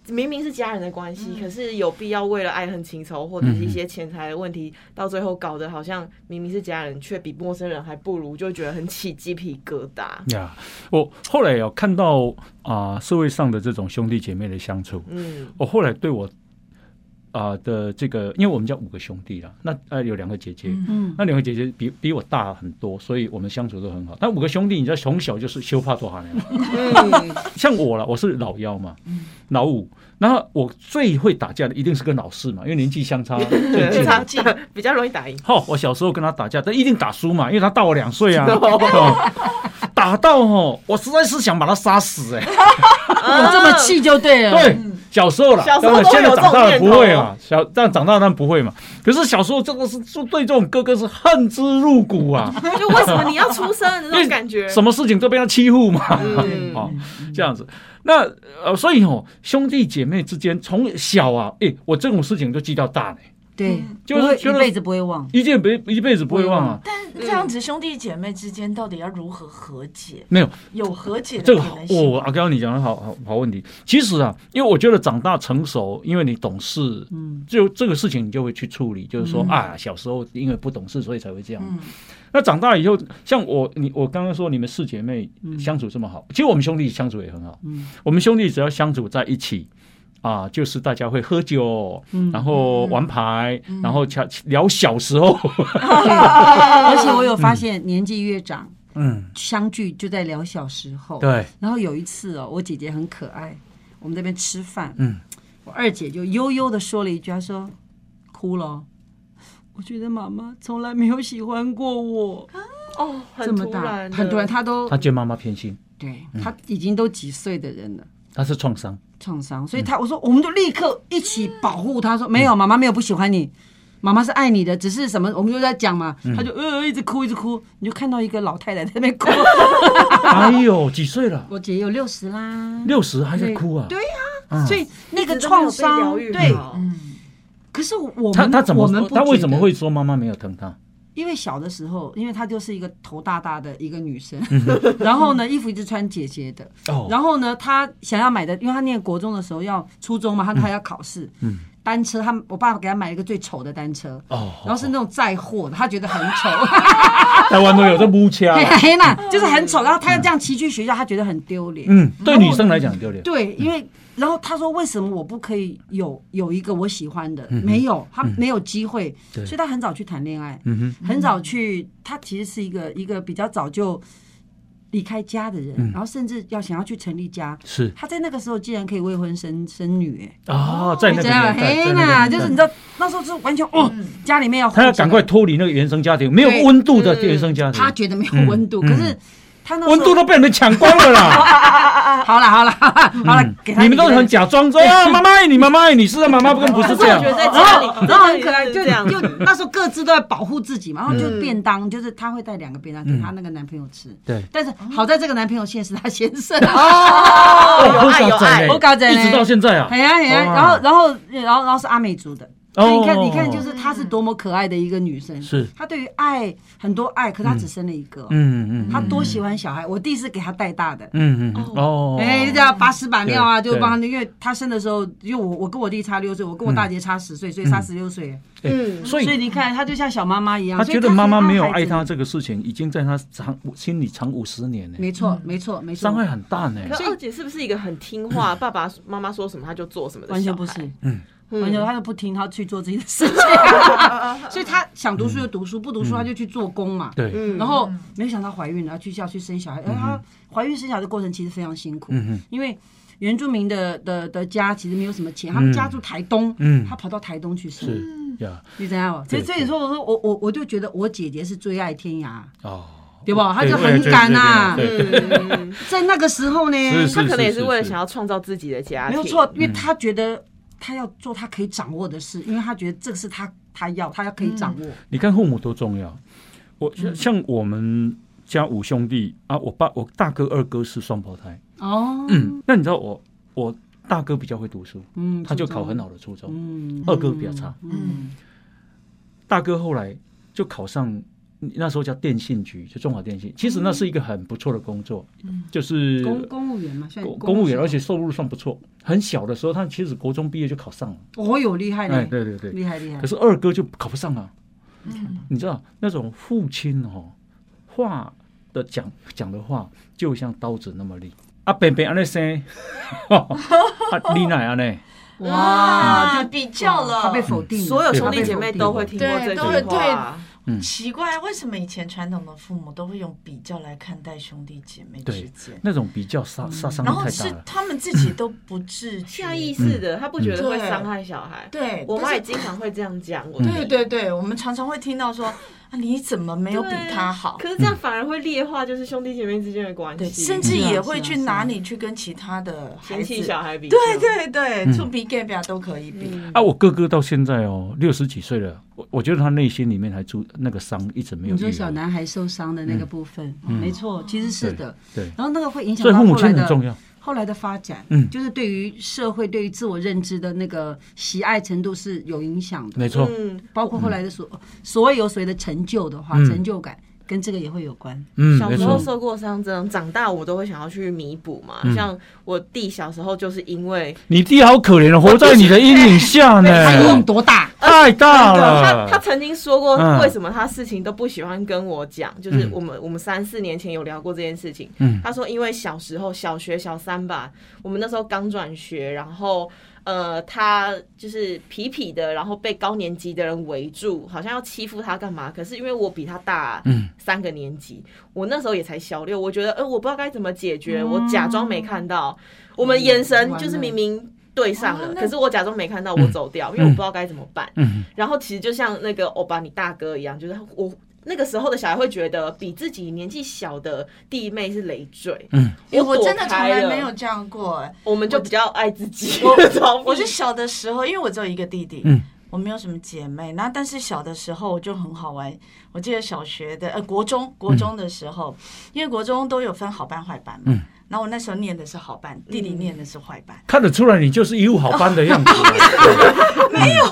Speaker 3: 明明是家人的关系，可是有必要为了爱恨情仇或者是一些钱财的问题，到最后搞得好像明明是家人，却比陌生人还不如，就觉得很起鸡皮疙瘩。
Speaker 5: 呀，我后来有看到啊、社会上的这种兄弟姐妹的相处，
Speaker 3: 嗯，
Speaker 5: 我后来对我啊、的这个，因为我们家五个兄弟啦，那呃有两个姐姐，
Speaker 7: 嗯，
Speaker 5: 那两个姐姐比比我大很多，所以我们相处都很好。但五个兄弟，你知道从小就是修怕多哈 (laughs) 像我了，我是老幺嘛，老五。然后我最会打架的一定是跟老四嘛，因为年纪相差最近。
Speaker 3: 差劲，比较容易打赢。
Speaker 5: 哦，我小时候跟他打架，但一定打输嘛，因为他大我两
Speaker 3: (laughs)
Speaker 5: 岁啊。哦打到哦，我实在是想把他杀死哎、
Speaker 4: 哦
Speaker 7: 有这么气就对了，
Speaker 5: 对，小时候啦，
Speaker 3: 嗯小时
Speaker 5: 当
Speaker 3: 候
Speaker 5: 然
Speaker 3: 都会
Speaker 5: 现在
Speaker 3: 有这
Speaker 5: 长
Speaker 3: 种
Speaker 5: 大了
Speaker 3: 念头
Speaker 5: 不会嘛，小但长大当然不会嘛。可是小时候真的是就对这种哥哥是恨之入骨啊，
Speaker 3: 就为什么你要出生的 (laughs) 那种感觉？
Speaker 5: 什么事情都被他欺负嘛。(laughs)
Speaker 3: 嗯
Speaker 5: 哦，这样子。那呃，所以哦，兄弟姐妹之间从小啊，诶，我这种事情都记到大呢，
Speaker 7: 对，
Speaker 5: 就是
Speaker 7: 不会
Speaker 5: 觉得
Speaker 7: 一辈子不
Speaker 5: (laughs)
Speaker 7: 会忘，
Speaker 5: 一件辈一辈子不会忘
Speaker 3: 嗯
Speaker 5: 啊。
Speaker 4: 但这样子，兄弟姐妹之间到底要如何和解？
Speaker 5: 没有
Speaker 4: 有和解
Speaker 5: 这
Speaker 4: 的
Speaker 5: 个
Speaker 4: 可
Speaker 5: 好
Speaker 4: 能，性
Speaker 5: 我
Speaker 4: 吗？
Speaker 5: 阿刚刚你讲的好好好问题。其实啊，因为我觉得长大成熟，因为你懂事，
Speaker 7: 嗯，
Speaker 5: 就这个事情你就会去处理，就是说、啊，小时候因为不懂事，所以才会这样。
Speaker 7: 嗯
Speaker 5: 那长大以后，像我你我刚刚说你们四姐妹相处这么好，其实我们兄弟相处也很好。
Speaker 7: 嗯，
Speaker 5: 我们兄弟只要相处在一起。啊，就是大家会喝酒，
Speaker 7: 嗯
Speaker 5: 然后玩牌，然后聊聊小时
Speaker 7: (laughs)
Speaker 5: 候，
Speaker 7: 对，而且我有发现，年纪越长，
Speaker 5: 嗯，
Speaker 7: 相聚就在聊小时候，
Speaker 5: 对，
Speaker 7: 然后有一次哦，我姐姐很可爱，我们这边吃饭，
Speaker 5: 嗯，
Speaker 7: 我二姐就悠悠的说了一句，她说哭了哦。 (laughs) 我觉得妈妈从来没有喜欢过我，
Speaker 3: 哦，
Speaker 7: 这
Speaker 3: 很
Speaker 7: 么
Speaker 3: 突
Speaker 7: 大，
Speaker 3: 然，
Speaker 7: 很突然，。她都
Speaker 5: 他见妈妈偏心，
Speaker 7: 对
Speaker 3: 嗯
Speaker 7: 她已经都几岁的人了，
Speaker 5: 他是创
Speaker 7: (laughs)
Speaker 5: 伤，
Speaker 7: 创伤，
Speaker 3: 嗯
Speaker 7: 所以她我说我们就立刻一起保护她，说没有，妈妈没有不喜欢你，妈妈是爱你的，只是什么我们就在讲嘛，
Speaker 3: 嗯
Speaker 7: 她就呃一直哭一直哭，你就看到一个老太太在那边哭，
Speaker 3: (laughs)
Speaker 5: 哎呦，几岁了？
Speaker 7: 我姐有六十啦，
Speaker 5: 六十还在哭啊？
Speaker 7: 对
Speaker 5: 啊
Speaker 7: 所以那个
Speaker 3: 一直都没有
Speaker 7: 创伤嗯
Speaker 3: 被疗愈
Speaker 7: 对
Speaker 3: 好
Speaker 7: 可是我们
Speaker 5: 他他怎么
Speaker 7: 我们不
Speaker 5: 他为
Speaker 7: 觉
Speaker 5: 什么
Speaker 7: 得
Speaker 5: 会说妈妈没有疼他？
Speaker 7: 因为小的时候，因为她就是一个头大大的一个女生，
Speaker 5: 嗯
Speaker 7: (laughs) 然后呢，衣服一直穿姐姐的，
Speaker 5: 哦
Speaker 7: 然后呢，她想要买的，因为她念国中的时候要初中嘛，她她要考试，单车，她我爸爸给她买了一个最丑的单车，
Speaker 5: 嗯哦
Speaker 7: 然后是那种载货的，她觉得很丑， (laughs) 哎
Speaker 5: 台湾都有这啊木枪
Speaker 7: 嘿嘿那就是很丑，然后她要这样骑去学校，她觉得很丢脸， (laughs)
Speaker 5: 嗯，对女生来讲很丢脸。
Speaker 7: 对，因为然后他说为什么我不可以有有一个我喜欢的？
Speaker 5: 嗯
Speaker 7: 没有，他没有机会，
Speaker 5: 对
Speaker 7: 所以他很早去谈恋爱，
Speaker 5: 嗯
Speaker 7: 很早去，他其实是一个一个比较早就离开家的人，
Speaker 5: 嗯
Speaker 7: 然后甚至要想要去成立家，
Speaker 5: 是
Speaker 7: 他在那个时候竟然可以未婚生生女、哎
Speaker 5: 啊，在那个
Speaker 7: 这
Speaker 5: 年
Speaker 7: 样
Speaker 5: 代，在
Speaker 7: 嘿
Speaker 5: 那
Speaker 7: 呐，
Speaker 5: 个
Speaker 7: 就是你
Speaker 5: 年
Speaker 7: 知
Speaker 5: 代，
Speaker 7: 道那时候就是完全哦，家里面要
Speaker 5: 他要
Speaker 7: 混起来
Speaker 5: 赶快，脱离那个原生家庭，没有
Speaker 7: 对
Speaker 5: 温度的原生家庭
Speaker 7: 他，觉得没有温度，
Speaker 5: 嗯
Speaker 7: 可是他那时候
Speaker 5: 温度都被你们抢光了
Speaker 7: (laughs)
Speaker 5: 啦！
Speaker 7: 好了好了好了好了
Speaker 5: 嗯，
Speaker 7: 给他
Speaker 5: 你们都很假装
Speaker 7: (laughs)
Speaker 5: 说啊，妈妈爱你，妈妈爱你，是啊，妈妈跟不是这样
Speaker 3: 可是我觉得在
Speaker 7: 然
Speaker 3: 家里
Speaker 7: 哦后然后很可爱，就
Speaker 3: 这样子
Speaker 7: 就那时候各自都在保护自己嘛，然后就
Speaker 3: 嗯
Speaker 7: 便当，就是她会带两个便当给她那个男朋友吃，
Speaker 5: 嗯对。
Speaker 7: 但是好在这个男朋友现在是她先生， (laughs)
Speaker 5: 哦
Speaker 3: 有爱有爱
Speaker 7: 我搞真
Speaker 5: 一
Speaker 7: 嘞
Speaker 5: 直到现在啊
Speaker 7: 哎，呀哎呀，
Speaker 5: 哇
Speaker 7: 然后然后然后然后是阿美族的。所以你看，
Speaker 5: 哦
Speaker 7: 你看，就是她是多么可爱的一个女生。
Speaker 5: 是
Speaker 7: 她对于爱很多爱，可她只生了一个。哦
Speaker 5: 嗯嗯，
Speaker 7: 她多喜欢小孩，我弟是给她带大的。
Speaker 5: 嗯嗯嗯哦，
Speaker 7: 哎，就这样把屎把尿啊，
Speaker 5: 对
Speaker 7: 就帮她。因为她生的时候，因为我我跟我弟差六岁，我跟我大姐差十岁，所以差十六岁。
Speaker 5: 嗯，所以
Speaker 7: 所以你看，她就像小妈妈一样。
Speaker 5: 他
Speaker 7: 所以
Speaker 5: 觉得妈妈没有
Speaker 7: 是
Speaker 5: 爱
Speaker 7: 她
Speaker 5: 他
Speaker 7: 孩子，
Speaker 5: 这个事情，已经在他长心里长五十年呢，
Speaker 7: 没错，没错，没错。
Speaker 5: 伤害很大呢。
Speaker 3: 可二姐是不是一个很听话，爸爸妈妈说什么她就做什么的？
Speaker 7: 完全不是，，
Speaker 3: 嗯
Speaker 7: 完全他就不听，他去做自己的事情，所以他想读书就读书，不读书他就去做工嘛。
Speaker 5: 对，
Speaker 3: 嗯
Speaker 7: 然后没有想到怀孕了，要去要去生小孩，而她怀孕生小孩的过程其实非常辛苦，
Speaker 5: 嗯
Speaker 7: 因为原住民的的的家其实没有什么钱，他们家住台东，
Speaker 5: 嗯
Speaker 7: 她跑到台东去生，
Speaker 5: 是呀，
Speaker 7: 你知道吗？所以
Speaker 5: 对
Speaker 7: 所以说，我说我我我就觉得我姐姐是最爱天涯，
Speaker 5: 哦，
Speaker 7: 对吧？她
Speaker 5: 对
Speaker 7: 就
Speaker 5: 我也
Speaker 7: 很
Speaker 5: 觉得
Speaker 7: 敢啊
Speaker 5: 是这样
Speaker 7: 呐，
Speaker 5: 对
Speaker 3: 嗯，
Speaker 7: 在那个时候呢，
Speaker 5: 是
Speaker 3: 她可能也是为了想要创造自己的家
Speaker 7: 没
Speaker 3: 庭，
Speaker 7: 有错，因为她觉得她要做她可以掌握的事，因为她觉得这个是她她要她要可以掌握，
Speaker 5: 你看父母多重要。我像像我们家五兄弟啊，我爸我大哥二哥是双胞胎，
Speaker 7: 哦，
Speaker 5: 嗯，那你知道我我大哥比较会读书，嗯
Speaker 7: 嗯
Speaker 5: 他就考很，好的初中，二哥比较差，
Speaker 4: 嗯
Speaker 5: 大哥后来就考上。那时候叫电信局，就中华电信。其实那是一个很不错的工作，就是
Speaker 7: 公公务员嘛，算
Speaker 5: 公嗯公务员，
Speaker 7: 职
Speaker 5: 而且收入算不错。很小的时候，他其实国中毕业就考上了。
Speaker 7: 哦哟，厉害
Speaker 5: 哎，
Speaker 7: 嘞，
Speaker 5: 对对对。
Speaker 7: 厉害厉害
Speaker 4: 嗯
Speaker 5: 可。是二哥就考不上啊。你知道那种父亲哦，话的讲讲的话，就像刀子那么利。啊，扁扁安尼生， (laughs) 哦啊，你奶安呢？
Speaker 4: 哇，就比较了，
Speaker 7: 嗯他被否定了，
Speaker 3: 所有兄弟姐妹都会听过这句话。
Speaker 4: 奇怪，为什么以前传统的父母都会用比较来看待兄弟姐妹之
Speaker 5: 对
Speaker 4: 间，，
Speaker 5: 那种比较杀杀伤力
Speaker 4: 嗯然后
Speaker 5: 太
Speaker 4: 是
Speaker 5: 大了。
Speaker 4: 他们自己都不自
Speaker 3: (laughs)
Speaker 4: 觉
Speaker 3: 下意识的，他不觉得会伤害小孩。
Speaker 4: 对，
Speaker 3: 我妈
Speaker 4: 但
Speaker 3: 也
Speaker 4: 是
Speaker 3: 经常会这样讲我。
Speaker 4: 对对对，我们常常会听到说啊，你怎么没有比他好？
Speaker 3: 可是这样反而会劣化，就是兄弟姐妹之间的关
Speaker 4: 对，
Speaker 3: 系，
Speaker 4: 甚至
Speaker 7: 是啊
Speaker 4: 也
Speaker 7: 是
Speaker 4: 会
Speaker 7: 啊
Speaker 4: 去
Speaker 7: 是啊
Speaker 4: 拿你去跟其他的孩
Speaker 3: 嫌
Speaker 4: 子
Speaker 3: 弃，小孩比较。嗯
Speaker 4: 对对对，触比 gay 表都可以比。
Speaker 5: 啊，我哥哥到现在哦，六十几岁了，我我觉得他内心里面还住那个伤，一直没有
Speaker 7: 你
Speaker 5: 愈合。
Speaker 7: 说小男孩受伤的那个部分，哦没错，其实是的。
Speaker 5: 嗯对，对
Speaker 7: 然后那个会影响
Speaker 5: 所以
Speaker 7: 到
Speaker 5: 父母
Speaker 7: 后来
Speaker 5: 亲很重
Speaker 7: 的
Speaker 5: 要。
Speaker 7: 后来的发展，
Speaker 5: 嗯
Speaker 7: 就是对于社会、对于自我认知的那个喜爱程度是有影响的，
Speaker 5: 没错，
Speaker 3: 嗯，
Speaker 7: 包括后来的所所谓有所谓的成就的话，
Speaker 5: 嗯
Speaker 7: 成就感跟这个也会有关。
Speaker 5: 嗯，
Speaker 3: 小
Speaker 5: 没
Speaker 3: 时候
Speaker 5: 错，
Speaker 3: 受过伤，这样长大我都会想要去弥补嘛。像我弟小时候就是因为
Speaker 5: 你弟好可怜哦，活在你的阴影下
Speaker 7: (laughs)
Speaker 5: 呢。
Speaker 7: 他用多大？
Speaker 5: 太大
Speaker 3: 他他
Speaker 5: 了。
Speaker 3: 曾经说过
Speaker 5: 啊嗯，
Speaker 3: 为什么他事情都不喜欢跟我讲，就是我们我们三四年前有聊过这件事情。
Speaker 5: 嗯
Speaker 3: 他说因为小时候小学小三吧，我们那时候刚转学，然后呃他就是痞痞的，然后被高年级的人围住，好像要欺负他干嘛？可是因为我比他大三个年级，我那时候也才小六，我觉得呃我不知道该怎么解决，我假装没看到，我们眼神就是明明。对上了，可是我假装没看到，我走掉，因为我不知道该怎么办。
Speaker 5: 嗯，
Speaker 3: 然后其实就像那个欧巴你大哥一样，就是我那个时候的小孩会觉得比自己年纪小的弟妹是累赘，
Speaker 5: 嗯，
Speaker 4: 哎我真的从来
Speaker 3: 躲开了
Speaker 4: 没有这样过，哎
Speaker 3: 我们就比较爱自己。 (laughs)
Speaker 4: 我是小的时候，因为我只有一个弟弟，
Speaker 5: 嗯
Speaker 4: 我没有什么姐妹。那但是小的时候我就很好玩。我记得小学的呃国中国中的时候，因为国中都有分好班坏班嘛。
Speaker 5: 嗯
Speaker 4: 然后我那时候念的是好班，弟弟念的是坏班。
Speaker 5: 看得出来你就是一路好班的样子。
Speaker 4: 没有，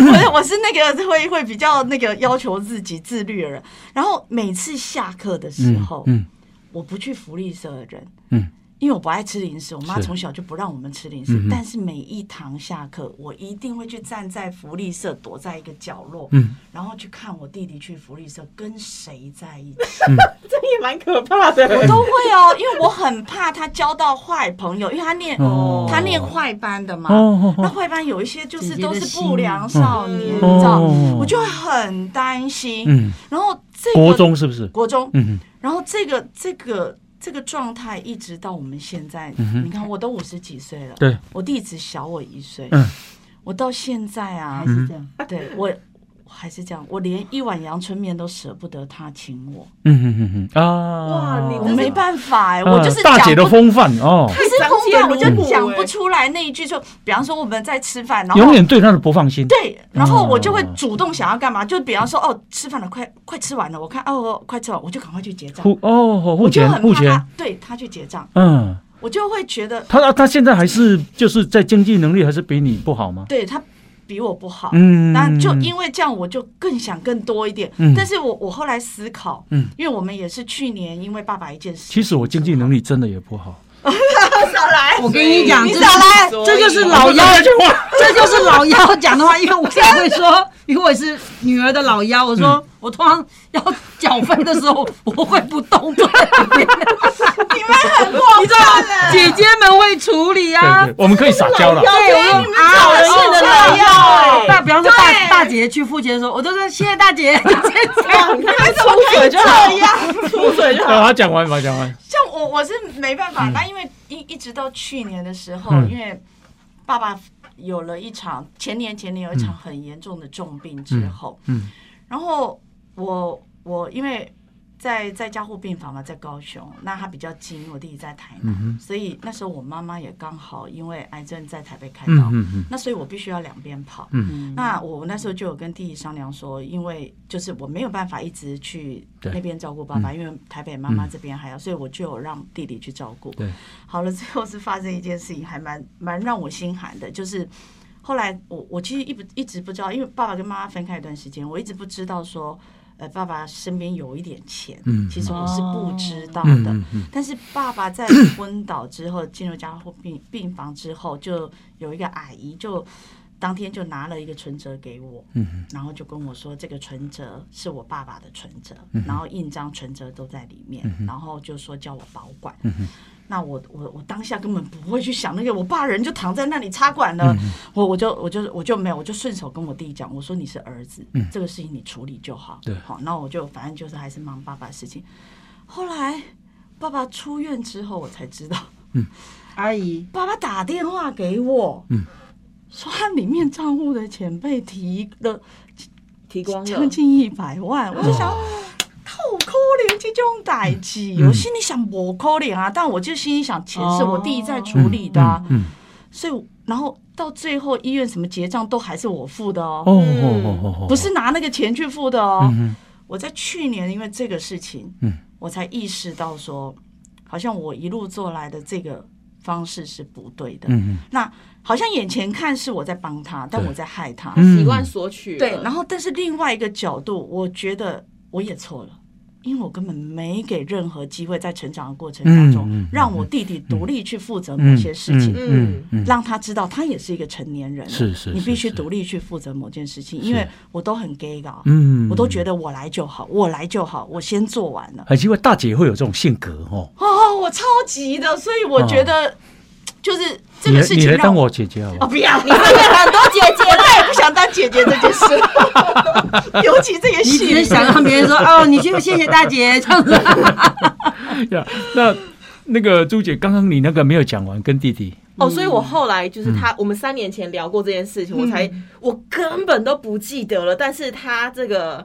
Speaker 4: 我我是那个会会比较那个要求自己自律的人。然后每次下课的时候，
Speaker 5: 嗯
Speaker 4: 我不去福利社的人，
Speaker 5: 嗯，
Speaker 4: 因为我不爱吃零食，我妈
Speaker 5: 是嗯
Speaker 4: 从小就不让我们吃零食。但是每一堂下课，我一定会去站在福利社，躲在一个角落，
Speaker 5: 嗯，
Speaker 4: 然后去看我弟弟去福利社跟谁在一起。 (laughs)
Speaker 3: 这也蛮可怕的。
Speaker 4: 我都会哦，因为我很怕他交到坏朋友，因为他念、
Speaker 5: 哦
Speaker 4: 他念坏班的嘛，
Speaker 5: 哦哦哦
Speaker 4: 那坏班有一些就是
Speaker 7: 姐姐
Speaker 4: 都
Speaker 7: 的
Speaker 4: 是
Speaker 7: 心
Speaker 4: 不良少
Speaker 3: 嗯
Speaker 4: 年，你知道，
Speaker 5: 哦
Speaker 4: 我就会很担心。
Speaker 5: 嗯，
Speaker 4: 然后这个
Speaker 5: 国中是不是？
Speaker 4: 国中，
Speaker 5: 嗯
Speaker 4: 然后这个这个。这个状态一直到我们现在，你看我都五十几岁了，
Speaker 5: 嗯对，
Speaker 4: 我弟只小我一岁，
Speaker 5: 嗯
Speaker 4: 我到现在啊
Speaker 7: 还，是这样。
Speaker 4: 对我我还是这样，我连一碗阳春面都舍不得他请我，
Speaker 5: 嗯嗯嗯嗯啊，
Speaker 3: 哇你
Speaker 4: 我
Speaker 3: 真是
Speaker 4: 没办法哎、
Speaker 5: 法
Speaker 4: 我就是
Speaker 5: 嗯大姐的
Speaker 4: 讲不
Speaker 5: 风范哦，
Speaker 3: (laughs)
Speaker 4: 不是空白，我就讲不
Speaker 3: 出。
Speaker 4: 出来那一句说，比方说我们在吃饭，然后
Speaker 5: 欸永远对她的不放心。
Speaker 4: 对，然后我就会
Speaker 5: 哦
Speaker 4: 主动想要干嘛，就比方说哦，吃饭了，快快吃完了，我看哦快吃完，我就赶快去结账，
Speaker 5: 互哦互
Speaker 4: 我就
Speaker 5: 钱
Speaker 4: 很
Speaker 5: 互
Speaker 4: 怕
Speaker 5: 钱
Speaker 4: 他，，对他去结账，
Speaker 5: 嗯，
Speaker 4: 我就会觉得
Speaker 5: 她啊她现在还是就是在经济能力还是比你不好吗？
Speaker 4: 对他比我不好，
Speaker 5: 嗯，
Speaker 4: 那就因为这样，我就更想更多一点。
Speaker 5: 嗯
Speaker 4: 但是我我后来思考，
Speaker 5: 嗯
Speaker 4: 因为我们也是去年因为爸爸一件事，
Speaker 5: 其实我经济能力真的也不好，
Speaker 7: 我跟你讲，
Speaker 3: 你
Speaker 7: 这
Speaker 3: 少
Speaker 7: 来
Speaker 3: 所以
Speaker 7: 这就是老
Speaker 5: 我
Speaker 7: 妖，
Speaker 5: 这句话，
Speaker 7: 这就是老妖讲的话。因为我也会说， (laughs) 因为我是女儿的老妖，我说我通常要缴费的时候，我会不动的。
Speaker 4: 你们很过分啊
Speaker 7: (laughs)
Speaker 4: 了。
Speaker 7: 姐姐们会处理啊
Speaker 5: 对。对，我们可以撒娇了。
Speaker 7: 对，我们啊，我是的老
Speaker 3: 老
Speaker 7: 妖。大啊比方说大大姐去付钱的时候，我都说谢谢大姐。
Speaker 3: 哇，你看他出水就好，出
Speaker 5: (laughs)
Speaker 3: 水就
Speaker 5: 啊，
Speaker 3: 好。
Speaker 5: 她讲完吧，讲完。
Speaker 4: 像我我是没办法，那因为一一直到去年的时候，
Speaker 5: 嗯
Speaker 4: 因为爸爸有了一场前年前年有一场很严重的重病之后，
Speaker 5: 嗯
Speaker 4: 然后我我因为在在加护病房嘛，在高雄，那他比较近，我弟弟在台南，
Speaker 5: 嗯
Speaker 4: 所以那时候我妈妈也刚好因为癌症在台北开刀，
Speaker 5: 嗯嗯嗯
Speaker 4: 那所以我必须要两边跑。
Speaker 5: 嗯
Speaker 4: 那我那时候就有跟弟弟商量说，因为就是我没有办法一直去
Speaker 5: 对嗯
Speaker 4: 那边照顾爸爸，因为台北妈妈这边还要，所以我就有让弟弟去照顾。
Speaker 5: 对，
Speaker 4: 好了，最后是发生一件事情，还蛮蛮让我心寒的，就是后来我我其实一不一直不知道，因为爸爸跟妈妈分开一段时间，我一直不知道说，呃，爸爸身边有一点钱，
Speaker 5: 嗯
Speaker 4: 其实我是不知道
Speaker 5: 嗯
Speaker 4: 的。
Speaker 5: 嗯嗯
Speaker 4: 但是爸
Speaker 5: (coughs)
Speaker 4: 爸在昏倒之后进入加护病病房之后，就有一个阿姨就当天就拿了一个存折给我，
Speaker 5: 嗯
Speaker 4: 然后就跟我说这个存折是我爸爸的存折，
Speaker 5: 嗯
Speaker 4: 然后印章、存折都在里面，然后就说叫我保管。那我我我当下根本不会去想那个，我爸人就躺在那里插管
Speaker 5: 嗯
Speaker 4: 了，我我就我就我就没有，我就顺手跟我弟讲，我说你是儿子，这个事情你处理就好，
Speaker 5: 嗯对
Speaker 4: 好，那我就反正就是还是忙爸爸的事情。后来爸爸出院之后，我才知道，
Speaker 7: 阿姨，
Speaker 4: 爸爸打电话给我，
Speaker 5: 嗯
Speaker 4: 说他里面账户的钱被提了
Speaker 3: 提光
Speaker 4: 将
Speaker 3: 了，
Speaker 4: 近一百
Speaker 5: 哦
Speaker 4: 万，我就想。靠可怜这种代志，
Speaker 5: 嗯
Speaker 4: 我心里想不可怜啊，但我就心里想钱是我弟在处理的、啊，
Speaker 5: 嗯，
Speaker 4: 所以然后到最后医院什么结账都还是我付的哦，
Speaker 5: 哦哦哦哦，
Speaker 4: 不是拿那个钱去付的哦。
Speaker 5: 嗯
Speaker 4: 我在去年因为这个事情，
Speaker 5: 嗯
Speaker 4: 我才意识到说，好像我一路做来的这个方式是不对的。
Speaker 5: 嗯
Speaker 4: 那好像眼前看是我在帮他，但
Speaker 5: 对
Speaker 4: 我在害他。
Speaker 5: 嗯
Speaker 3: 习惯索取了。
Speaker 4: 对，然后但是另外一个角度，我觉得我也错了，因为我根本没给任何机会在成长的过程当中，
Speaker 5: 嗯嗯嗯
Speaker 4: 让我弟弟独立去负责某
Speaker 5: 嗯
Speaker 4: 些事情，
Speaker 5: 嗯嗯嗯，
Speaker 4: 让他知道他也是一个成年人了，
Speaker 5: 是是
Speaker 4: 你
Speaker 5: 是
Speaker 4: 必须
Speaker 5: 是
Speaker 4: 独立去负责某件事情，因为我都很 gay 搞，
Speaker 5: 嗯
Speaker 4: 我都觉得我来就好，我来就好，我先做完了。
Speaker 5: 很奇哎怪，大姐会有这种性格哦。
Speaker 4: 哦，我超级的，所以我觉得、就是这
Speaker 5: 你
Speaker 4: 个
Speaker 5: 来
Speaker 4: 事
Speaker 5: 哦你
Speaker 4: 情
Speaker 5: 来
Speaker 4: 让
Speaker 5: 当我姐姐好不
Speaker 4: 哦
Speaker 5: 好？(laughs)
Speaker 4: 不要，你这个很多姐姐，我再也不想当姐姐这件事， (laughs) 尤其这个
Speaker 7: 你只
Speaker 4: 戏
Speaker 7: 是想让别人说哦，你去谢谢大姐这样子。
Speaker 5: 呀那那个朱姐，刚刚你那个没有讲完，跟弟弟，
Speaker 3: 哦，所以
Speaker 5: 嗯
Speaker 3: 我后来就是他，我们三年前聊过这件事情，我才我根本都不记得了。但是他这个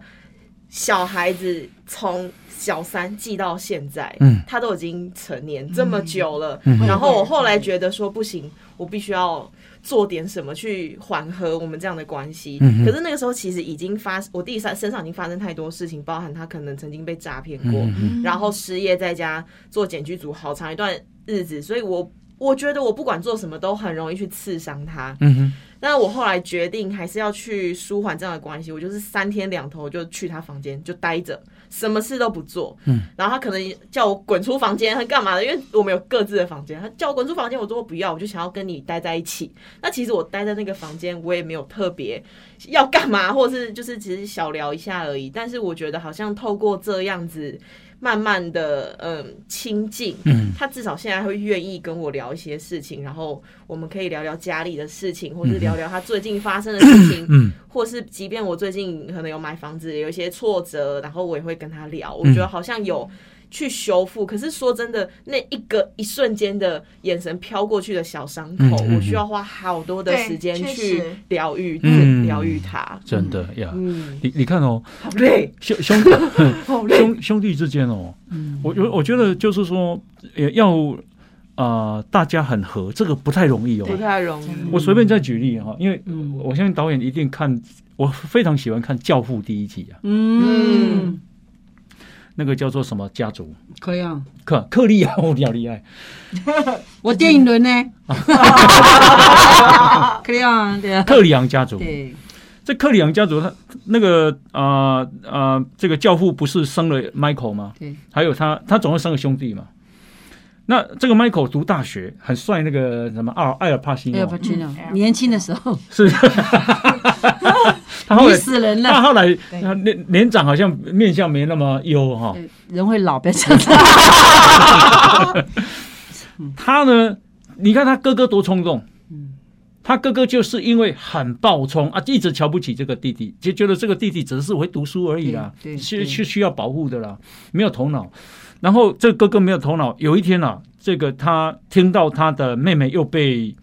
Speaker 3: 小孩子从小三记到现在，
Speaker 5: 嗯
Speaker 3: 他都已经成年这么久了。
Speaker 5: 嗯
Speaker 3: 然后我后来觉得说不行，我必须要做点什么去缓和我们这样的关系。
Speaker 5: 嗯哼
Speaker 3: 可是那个时候其实已经发，我弟身身上已经发生太多事情，包含他可能曾经被诈骗过，
Speaker 5: 嗯嗯
Speaker 3: 然后失业在家做检居组好长一段日子，所以我我觉得我不管做什么都很容易去刺伤他。
Speaker 5: 嗯哼，
Speaker 3: 那我后来决定还是要去舒缓这样的关系，我就是三天两头就去他房间就待着，什么事都不做。
Speaker 5: 嗯，
Speaker 3: 然后他可能叫我滚出房间，他干嘛的？因为我们有各自的房间，他叫我滚出房间，我说我不要，我就想要跟你待在一起。那其实我待在那个房间，我也没有特别要干嘛，或者是就是只是小聊一下而已。但是我觉得好像透过这样子。慢慢的，嗯，亲近，
Speaker 5: 嗯
Speaker 3: 他至少现在会愿意跟我聊一些事情，然后我们可以聊聊家里的事情，或是聊聊他最近发生的事情，
Speaker 5: 嗯
Speaker 3: 或是即
Speaker 5: 嗯
Speaker 3: 便我最近可能有买房子，有一些挫折，然后我也会跟他聊。我觉得好像有去修复。可是说真的，那一个一瞬间的眼神飘过去的小伤口，
Speaker 5: 嗯嗯嗯
Speaker 3: 我需要花好多的
Speaker 4: 对
Speaker 3: 时间
Speaker 4: 确
Speaker 3: 去
Speaker 4: 实
Speaker 3: 疗愈、
Speaker 5: 嗯
Speaker 3: 疗愈它。
Speaker 5: 真的呀。
Speaker 7: 嗯，
Speaker 5: 你你看哦，
Speaker 3: 好累，
Speaker 5: 兄兄兄兄弟之间哦，
Speaker 4: 嗯
Speaker 5: 我我我觉得就是说，也要啊，大家很和，这个不太容易哦。
Speaker 3: 不太容易。
Speaker 5: 我随便再举例哈，因为
Speaker 7: 嗯
Speaker 5: 我相信导演一定看，我非常喜欢看《教父》第一集啊，
Speaker 7: 嗯，
Speaker 5: 那个叫做什么家族
Speaker 7: 可以啊。
Speaker 5: 克克利奥哦，你好厉
Speaker 7: (laughs)
Speaker 5: 害，
Speaker 7: 我电影轮呢？可以啊，对啊，
Speaker 5: 克里昂家族。
Speaker 7: 对，
Speaker 5: 这克里昂家族他那个啊啊、呃呃，这个教父不是生了 Michael 吗？
Speaker 7: 对，
Speaker 5: 还有他他总共生了兄弟嘛。那这个 Michael 读大学很帅，那个什么阿尔艾尔帕西
Speaker 7: 要
Speaker 5: 诺
Speaker 7: 哎不去呢？年轻的时候， (laughs)
Speaker 5: 是，他后
Speaker 7: 你
Speaker 5: 来
Speaker 7: 死人
Speaker 5: 他
Speaker 7: 了，
Speaker 5: 后来呃年年长好像面相没那么优哈、
Speaker 7: 对人会老，不要这样子。
Speaker 5: 他呢，你看他哥哥多冲动，
Speaker 7: 嗯
Speaker 5: 他哥哥就是因为很暴冲啊，一直瞧不起这个弟弟，就觉得这个弟弟只是会读书而已啦，
Speaker 7: 对对
Speaker 5: 是
Speaker 7: 对
Speaker 5: 是需要保护的啦，没有头脑。然后这个哥哥没有头脑，有一天啊，这个他听到他的妹妹又被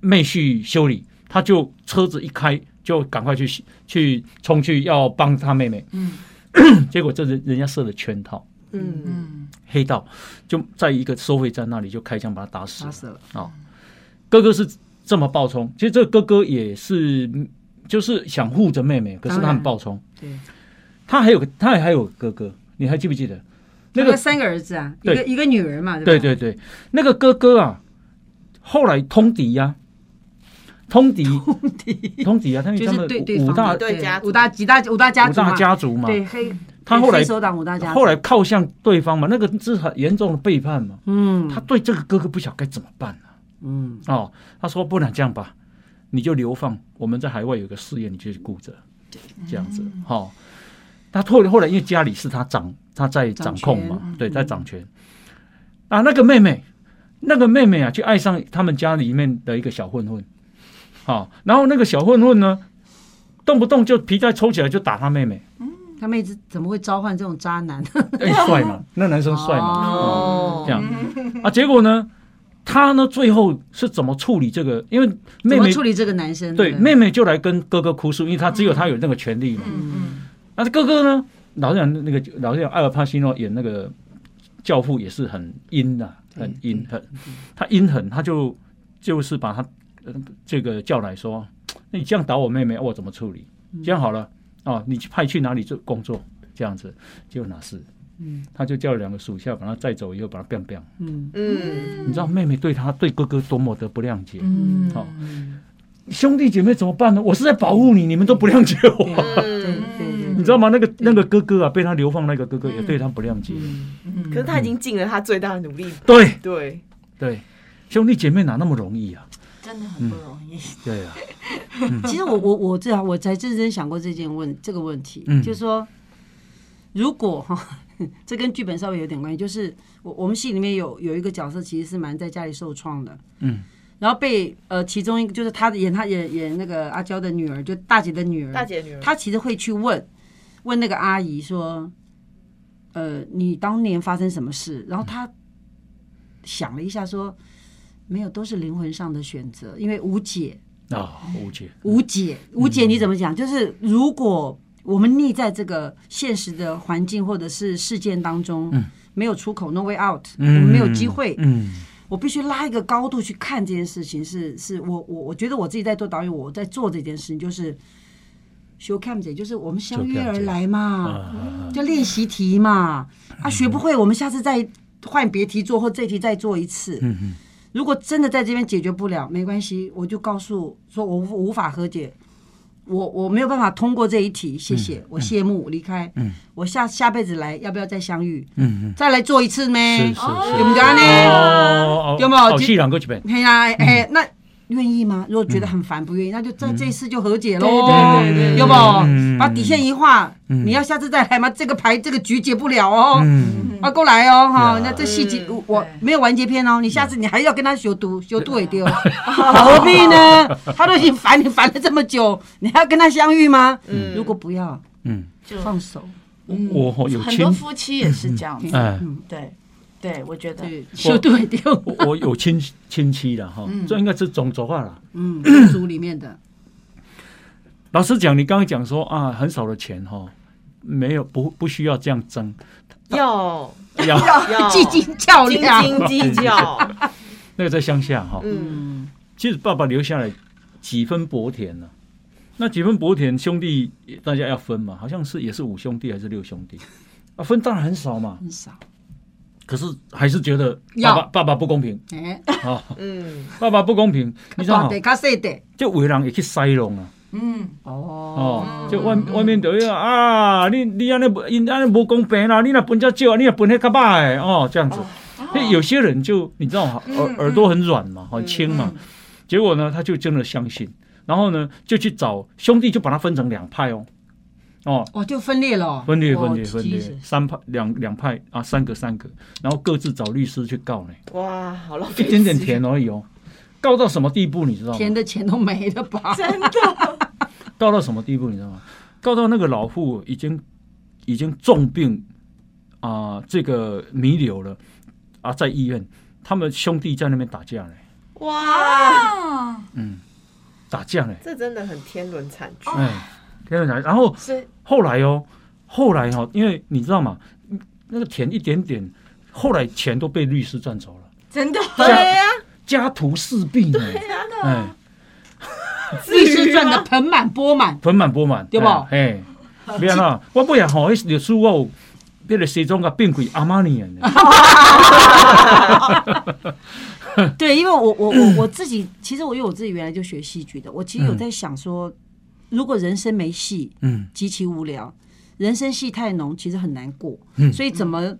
Speaker 5: 妹婿修理，他就车子一开就赶快去去冲去要帮他妹妹，
Speaker 4: 嗯
Speaker 5: (coughs) 结果这人人家设了圈套。
Speaker 3: 嗯，
Speaker 4: 嗯，
Speaker 5: 黑道就在一个收费站那里就开枪把他打死
Speaker 7: 打死了，
Speaker 5: 啊、哥哥是这么暴冲，其实这个哥哥也是，嗯就是想护着妹妹，可是他很暴冲。
Speaker 7: 对，
Speaker 5: 他还有个，他还有个哥哥，你还记不记得？那
Speaker 7: 那
Speaker 5: 个
Speaker 7: 个三个儿子啊，一
Speaker 5: 对
Speaker 7: 个一个女儿嘛，
Speaker 5: 对
Speaker 7: 对吧？
Speaker 5: 对对，那个哥哥啊，后来通敌呀、通敌，通敌，通敌啊！他们
Speaker 7: 就
Speaker 5: 他
Speaker 7: 是
Speaker 5: 们
Speaker 7: 对对
Speaker 5: 五
Speaker 7: 方
Speaker 5: 大
Speaker 7: 的
Speaker 3: 对家族
Speaker 7: 五大几大五大家
Speaker 5: 五
Speaker 7: 族
Speaker 5: 大
Speaker 7: 嘛，
Speaker 5: 家族嘛，
Speaker 7: 对黑
Speaker 5: 他后来
Speaker 7: 黑手党五大家族，
Speaker 5: 后来靠向对方嘛，那个是很严重的背叛嘛。
Speaker 7: 嗯
Speaker 5: 他对这个哥哥不晓得该怎么办啊。
Speaker 7: 嗯
Speaker 5: 哦，他说不然这样吧，你就流放，我们在海外有个事业，你就去顾着，这样子。好、哦，他后来后来因为家里是他掌他在掌控嘛，
Speaker 7: 掌权嗯
Speaker 5: 对，在掌权。啊，那个妹妹，那个妹妹啊，就爱上他们家里面的一个小混混，好、然后那个小混混呢，动不动就皮带抽起来就打他妹妹，
Speaker 7: 他们一直怎么会召唤这种渣男？
Speaker 5: 哎，帅嘛， (laughs) 那男生帅嘛，哦
Speaker 3: 哦
Speaker 5: 这，样
Speaker 7: 嗯
Speaker 5: 啊，结果呢，他呢最后是怎么处理这个？因为 (laughs) 妹
Speaker 7: (laughs) 怎么
Speaker 5: 妹
Speaker 7: 处理这个男生？
Speaker 5: 对，
Speaker 7: 不
Speaker 5: 妹妹就来跟哥哥哭诉，因为他只有他有那个权利嘛。
Speaker 7: 嗯
Speaker 5: 那、哥哥呢，老实讲，那个老实讲，艾尔帕西诺演那个教父也是很阴啊，很阴狠。他阴狠，他就就是把他、呃、这个叫来说，那你这样打我妹妹，我怎么处理？
Speaker 7: 嗯
Speaker 5: 这样好了，哦，你去派去哪里做工作？这样子，结果哪是？
Speaker 7: 嗯
Speaker 5: 他就叫两个属下把他载走，以后把他干掉。
Speaker 7: 嗯
Speaker 3: 嗯，
Speaker 5: 你知道妹妹对他对哥哥多么的不谅解，
Speaker 4: 嗯
Speaker 5: 好、兄弟姐妹怎么办呢？我是在保护你，你们都不谅解我，
Speaker 7: 对
Speaker 3: 嗯，
Speaker 7: 对对
Speaker 5: (laughs) 你
Speaker 7: 对，
Speaker 5: 知道吗？那个那个哥哥啊，被他流放那个哥哥也对他不谅解，
Speaker 7: 嗯
Speaker 3: 嗯可是
Speaker 5: 嗯
Speaker 3: 他已经尽了他最大的努力，
Speaker 5: 对
Speaker 3: 对，
Speaker 5: 对，兄弟姐妹哪那么容易啊？
Speaker 4: 真的很不容易。
Speaker 5: 对啊，
Speaker 7: 其实我我我这样我才认真想过这件问这个问题，
Speaker 5: 嗯
Speaker 7: 就是说，如果哈，这跟剧本稍微有点关系，就是我我们戏里面有有一个角色其实是蛮在家里受创的，
Speaker 5: 嗯，
Speaker 7: 然后被呃其中一个就是他演他演演那个阿娇的女儿，就大姐的
Speaker 5: 嗯
Speaker 7: 女儿，
Speaker 3: 大姐女儿，
Speaker 7: 他其实会去问问那个阿姨说，呃，你当年发生什么事？然后他想了一下说，没有，都是灵魂上的选择，因为无解，
Speaker 5: 啊，无解，
Speaker 7: 无解，无解，你怎么讲？就是如果我们腻在这个现实的环境或者是事件当中，没有出口，no way out，、我们没有机会，
Speaker 5: 嗯
Speaker 7: 我必须拉一个高度去看这件事情是，是我我我觉得我自己在做导演，我在做这件事情就是修 cam 姐，就是我们相约而来
Speaker 5: 啊，
Speaker 7: 嘛，就练习题嘛，啊学不会，我们下次再换别题做，或这题再做一次。
Speaker 5: 嗯
Speaker 7: 如果真的在这边解决不了，没关系，我就告诉说我无无法和解，我我没有办法通过这一题，
Speaker 5: 嗯
Speaker 7: 谢谢，我谢幕离开，我下下辈子来要不要再相遇，
Speaker 5: 嗯
Speaker 7: 再来做一次
Speaker 5: 嗯，
Speaker 7: 咩
Speaker 5: 是是？是，
Speaker 7: 有没有安尼？
Speaker 5: 哦
Speaker 7: 哎有没有
Speaker 5: 好戏两个剧本，
Speaker 7: 嘿呀，哎，那愿意吗？如果觉得很烦，不愿意，那就在这一次就和解喽，
Speaker 3: 对对对对
Speaker 7: 有不
Speaker 5: 嗯？
Speaker 7: 把底线一划，
Speaker 5: 嗯
Speaker 7: 你要下次再来吗？这个牌这个局解不了哦，
Speaker 5: 嗯，
Speaker 7: 啊，过来哦，哈，
Speaker 5: 嗯
Speaker 7: 那这细节
Speaker 3: 嗯
Speaker 7: 我
Speaker 4: 对
Speaker 7: 没有完结篇哦，你下次你还要跟他修读修读也丢，何必呢？他都已经烦你烦了这么久，你还要跟他相遇吗？如果不要，
Speaker 5: 嗯，
Speaker 4: 就
Speaker 7: 放手，
Speaker 5: 我吼有
Speaker 4: 很
Speaker 5: 亲
Speaker 4: 多，夫妻也是这样
Speaker 7: 嗯
Speaker 4: 子，
Speaker 5: 哎，
Speaker 4: 对，对，我觉得
Speaker 7: 对，修对哦丢，
Speaker 5: 我我有亲亲戚了哈，这应该是种族啊啦。
Speaker 7: 嗯，家族里面的，
Speaker 5: 老实讲，你刚刚讲说啊，很少的钱哈，没有不不需要这样争，
Speaker 3: 要
Speaker 5: 要
Speaker 7: (laughs)
Speaker 3: 要
Speaker 7: 斤斤较
Speaker 3: 斤
Speaker 7: 量，
Speaker 3: 斤计较，
Speaker 5: (laughs) 那个在乡下哈，
Speaker 3: 嗯，
Speaker 5: 其实爸爸留下来几分薄田呢、那几分薄田兄弟大家要分嘛，好像是也是五兄弟还是六兄弟啊，分当然很少嘛，
Speaker 7: 很少。
Speaker 5: 可是还是觉得爸
Speaker 7: 要
Speaker 5: 爸爸爸不公平
Speaker 7: 哎，
Speaker 5: 啊，
Speaker 3: (laughs) 嗯，
Speaker 5: 爸爸不公平，你知
Speaker 7: (laughs)
Speaker 5: 道
Speaker 7: 大
Speaker 5: 哈
Speaker 7: 地，较细地，
Speaker 5: 就有的人也去塞拢啊。
Speaker 4: 嗯，
Speaker 7: 哦，
Speaker 5: 哦，就外外面就迄啊，你你安尼不，因安尼无公平啦，你若分遮少，你若分迄较歹的哦，这样子。那有些人就你知道哈耳耳朵很软嘛，很轻嘛，结果呢，他就真的相信，然后呢，就去找兄弟，就把他分成两派哦，哦，
Speaker 7: 哦，就分裂了，
Speaker 5: 分裂
Speaker 7: 哦
Speaker 5: 分裂分裂
Speaker 7: Jesus，
Speaker 5: 三派两两派啊，三个三个，然后各自找律师去告呢，
Speaker 3: 哇，好浪
Speaker 5: 一
Speaker 3: 费时间，
Speaker 5: 点点钱而已哦，告到什么地步你知道吗？
Speaker 7: 填的钱都没了吧？
Speaker 4: 真的，
Speaker 5: 告到什么地步，你知道吗？告到那个老妇已经已经重病啊、这个弥留了啊，在医院，他们兄弟在那边打架呢，
Speaker 3: 哇，
Speaker 5: 打架呢，
Speaker 3: 这真的很天伦惨剧，
Speaker 5: 哎，天哪！然后
Speaker 3: 是
Speaker 5: 后来哦，后来哦，因为你知道吗？那个田一点点，后来钱都被律师赚走了，
Speaker 4: 真的，
Speaker 3: 对
Speaker 5: 啊
Speaker 3: 呀，
Speaker 5: 家徒四壁呢，哎，
Speaker 7: 律师赚的盆满钵满，
Speaker 5: 盆满钵满，
Speaker 7: 对不
Speaker 5: 哎，哎别啦，我不也吼，迄历史我有，迄个西装甲变鬼阿玛尼的呢，
Speaker 7: (laughs) 对，因为我我我我自己，其实我因为我自己原来就学戏剧的，我其实有
Speaker 5: 嗯
Speaker 7: 在想说，如果人生没戏，
Speaker 5: 嗯。
Speaker 7: 极其无聊，人生戏太浓，其实很难过。
Speaker 5: 嗯
Speaker 7: 所以怎么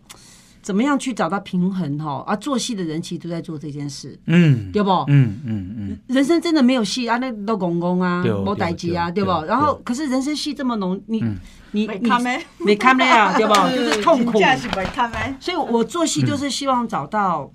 Speaker 7: 怎么样去找到平衡哈？啊，做戏的人其实都在做这件事，
Speaker 5: 嗯
Speaker 7: 对不？
Speaker 5: 嗯嗯嗯，
Speaker 7: 人生真的没有戏啊，那都公公啊
Speaker 5: 对，
Speaker 7: 没代志啊，
Speaker 5: 对
Speaker 7: 对不？
Speaker 5: 对
Speaker 7: 然后可是人生戏这么浓，你
Speaker 5: 嗯
Speaker 7: 你
Speaker 4: 没
Speaker 7: 你
Speaker 4: 看没，
Speaker 7: (laughs) 没看没啊，对不？
Speaker 4: (laughs)
Speaker 7: 就是痛苦
Speaker 4: 评。价是没看没，
Speaker 7: 所以我做戏就是希望找到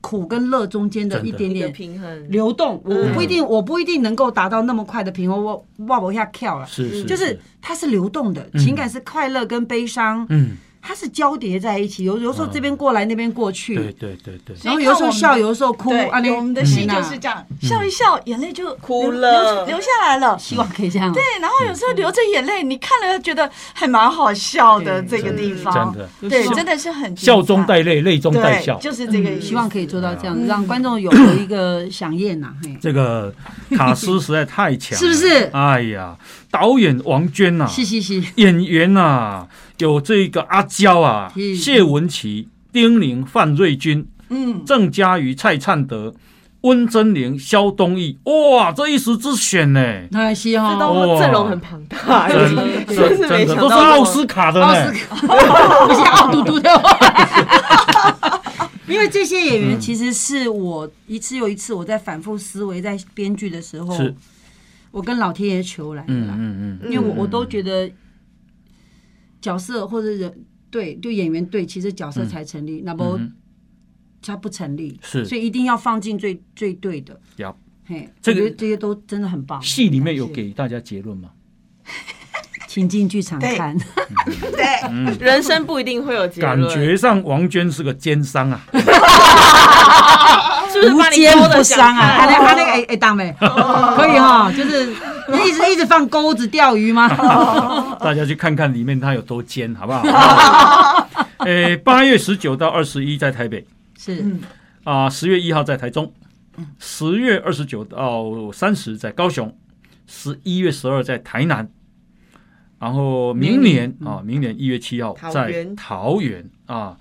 Speaker 7: 苦跟乐中间的
Speaker 5: 真的
Speaker 7: 一点
Speaker 3: 一个
Speaker 7: 点
Speaker 4: 嗯
Speaker 3: 平衡，
Speaker 7: 流动。我
Speaker 3: 嗯
Speaker 7: 我不一定我不一定能够达到那么快的平衡，我我往下跳了。
Speaker 5: 是是，
Speaker 7: 就是它是流动的，情感是快乐跟悲伤，
Speaker 5: 嗯，
Speaker 7: 它是交叠在一起。有有时候
Speaker 5: 嗯
Speaker 7: 这边过来，那边过
Speaker 5: 对
Speaker 7: 去，
Speaker 5: 对对对，
Speaker 7: 然后有时候笑，有时候哭。
Speaker 4: 对
Speaker 7: 啊，，那
Speaker 4: 我们的戏
Speaker 7: 嗯
Speaker 4: 就是这样，笑一笑，眼泪就
Speaker 3: 哭
Speaker 4: 流
Speaker 3: 了
Speaker 4: 流流下来了。
Speaker 7: 希望可以这样。对，
Speaker 4: 对，然后有时候流着眼泪，你看了觉得还蛮好笑的这个地方，
Speaker 5: 真的
Speaker 4: 对，
Speaker 7: 就是
Speaker 4: 真的是很精彩
Speaker 5: 笑中带泪，泪中带
Speaker 4: 对，
Speaker 5: 笑。
Speaker 4: 就是这个意
Speaker 7: 嗯
Speaker 4: 思。
Speaker 7: 希望可以做到这
Speaker 5: 嗯
Speaker 7: 样，让观众有有一个响宴呐。嘿，
Speaker 5: 这个卡斯实在太强了，
Speaker 7: 是不是
Speaker 5: 哎呀，导演王娟呐，
Speaker 7: 是是是，
Speaker 5: 演员呐，有这个阿娇啊，
Speaker 7: 是
Speaker 5: 谢文琪、丁玲、范瑞君、
Speaker 4: 嗯，
Speaker 5: 郑嘉瑜、蔡灿德、温真菱、肖东义，哇，这一时之选呢，
Speaker 7: 那是
Speaker 3: 这
Speaker 7: 哦。
Speaker 3: 都阵容很庞 (laughs) 大，
Speaker 5: 真
Speaker 3: 真
Speaker 5: 真
Speaker 3: 是
Speaker 5: 真
Speaker 3: 没
Speaker 5: 的
Speaker 3: 想
Speaker 5: 都
Speaker 3: 到
Speaker 5: 是奥斯卡的
Speaker 7: 奥斯
Speaker 5: 呢，
Speaker 7: 卡，不是奥嘟嘟的哦。 (laughs) 因为这些演
Speaker 5: 嗯
Speaker 7: 员其实是我一次又一次我在反复思维，在编剧的时候
Speaker 5: 是，
Speaker 7: 我跟老天爷求来的
Speaker 5: 嗯
Speaker 7: 啦。
Speaker 5: 嗯嗯，
Speaker 7: 因为我我都觉得角色或者人对对演员对，其实角色才成立，那么
Speaker 5: 嗯
Speaker 7: 它不成立，
Speaker 5: 是
Speaker 7: 所以一定要放进最最对的。
Speaker 5: Yup
Speaker 7: 嘿，
Speaker 5: 这个
Speaker 7: 我觉得这些都真的很棒。
Speaker 5: 戏里面有
Speaker 7: 感谢，
Speaker 5: 给大家结论吗？
Speaker 7: 请进剧场
Speaker 4: 对
Speaker 7: 看。
Speaker 3: 人生不一定会有结
Speaker 5: 感
Speaker 3: 论，
Speaker 5: 觉上王娟是个奸商啊，
Speaker 3: 是不是把
Speaker 7: (laughs) 无
Speaker 3: 你
Speaker 7: 奸
Speaker 3: 勾
Speaker 7: 不
Speaker 3: 的
Speaker 7: 商啊！他那他那哎哎，当没
Speaker 5: 哦
Speaker 7: 可以哈，就是一直一直放钩子钓鱼吗？
Speaker 5: 哦大家去看看里面他有多奸，好不好？诶，八月十九到二十一在台北
Speaker 7: 是
Speaker 5: 啊，十、0月一号在台中，十月二十九到三十在高雄，十一月十二在台南，然后明年啊，明年一月七号
Speaker 3: 桃
Speaker 5: 在
Speaker 3: 园
Speaker 5: 桃园啊，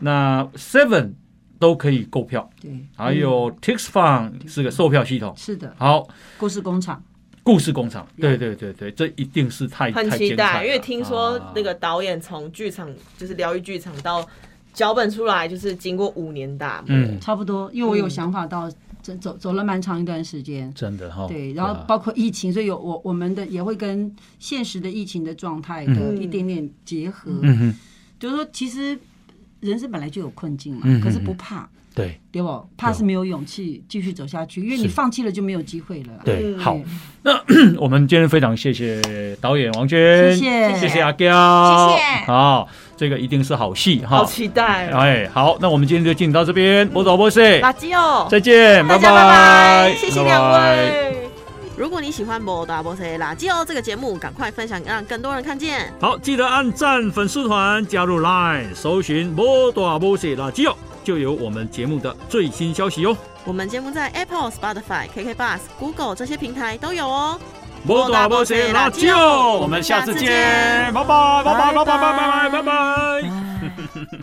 Speaker 5: 那 Seven 都可以购票，
Speaker 7: 对，
Speaker 5: 还有 Tix Fun 是个售票系统。
Speaker 7: 是的，
Speaker 5: 好，
Speaker 7: 故事工厂
Speaker 5: 故事工厂，对对对对，这一定是太
Speaker 3: 很
Speaker 5: 太
Speaker 3: 期
Speaker 5: 精彩
Speaker 3: 待，
Speaker 5: 了啊
Speaker 3: 因为听说那个导演从剧场就是疗愈剧场到脚本出来，就是经过五年打磨。
Speaker 5: 嗯，
Speaker 7: 差不多，因为我有想法到走走走了蛮长一段时间。
Speaker 5: 真的哈。
Speaker 7: 对，然后
Speaker 5: 啊
Speaker 7: 包括疫情，所以有我我们的也会跟现实的疫情的状态的
Speaker 3: 嗯
Speaker 7: 一点点结合，
Speaker 5: 嗯哼，
Speaker 7: 就是说其实人生本来就有困境嘛，
Speaker 5: 嗯
Speaker 7: 可是不怕，
Speaker 5: (coughs)
Speaker 4: 对
Speaker 7: 对不？怕是没有勇气继续走下去，因为你
Speaker 4: 是
Speaker 7: 放弃了就没有机会了。
Speaker 4: 对，
Speaker 8: 嗯
Speaker 4: 好，那我们今天非常谢谢导演王娟，
Speaker 7: 谢谢
Speaker 4: 谢谢阿娇，
Speaker 9: 谢谢
Speaker 4: 好，这个一定是好戏哈
Speaker 8: 好，期待哦，
Speaker 4: 哎，好，那我们今天就进到这边，我导播是，
Speaker 8: 垃圾哦，
Speaker 4: 再见，
Speaker 8: 大
Speaker 4: 拜
Speaker 8: 家拜拜，谢谢两
Speaker 4: 拜拜
Speaker 8: 位。
Speaker 3: 如果你喜欢《摩达波塞垃圾哦》这个节目，赶快分享，让更多人看见。
Speaker 5: 好，记得按赞粉丝团，加入 Line，搜寻“摩大摩西垃圾哦”，就有我们节目的最新消息哟。
Speaker 3: 我们节目在 Apple、Spotify、KK Bus、Google 这些平台都有哦。
Speaker 5: 摩大摩西垃圾哦，我们下次见，拜拜拜拜拜拜拜拜拜拜。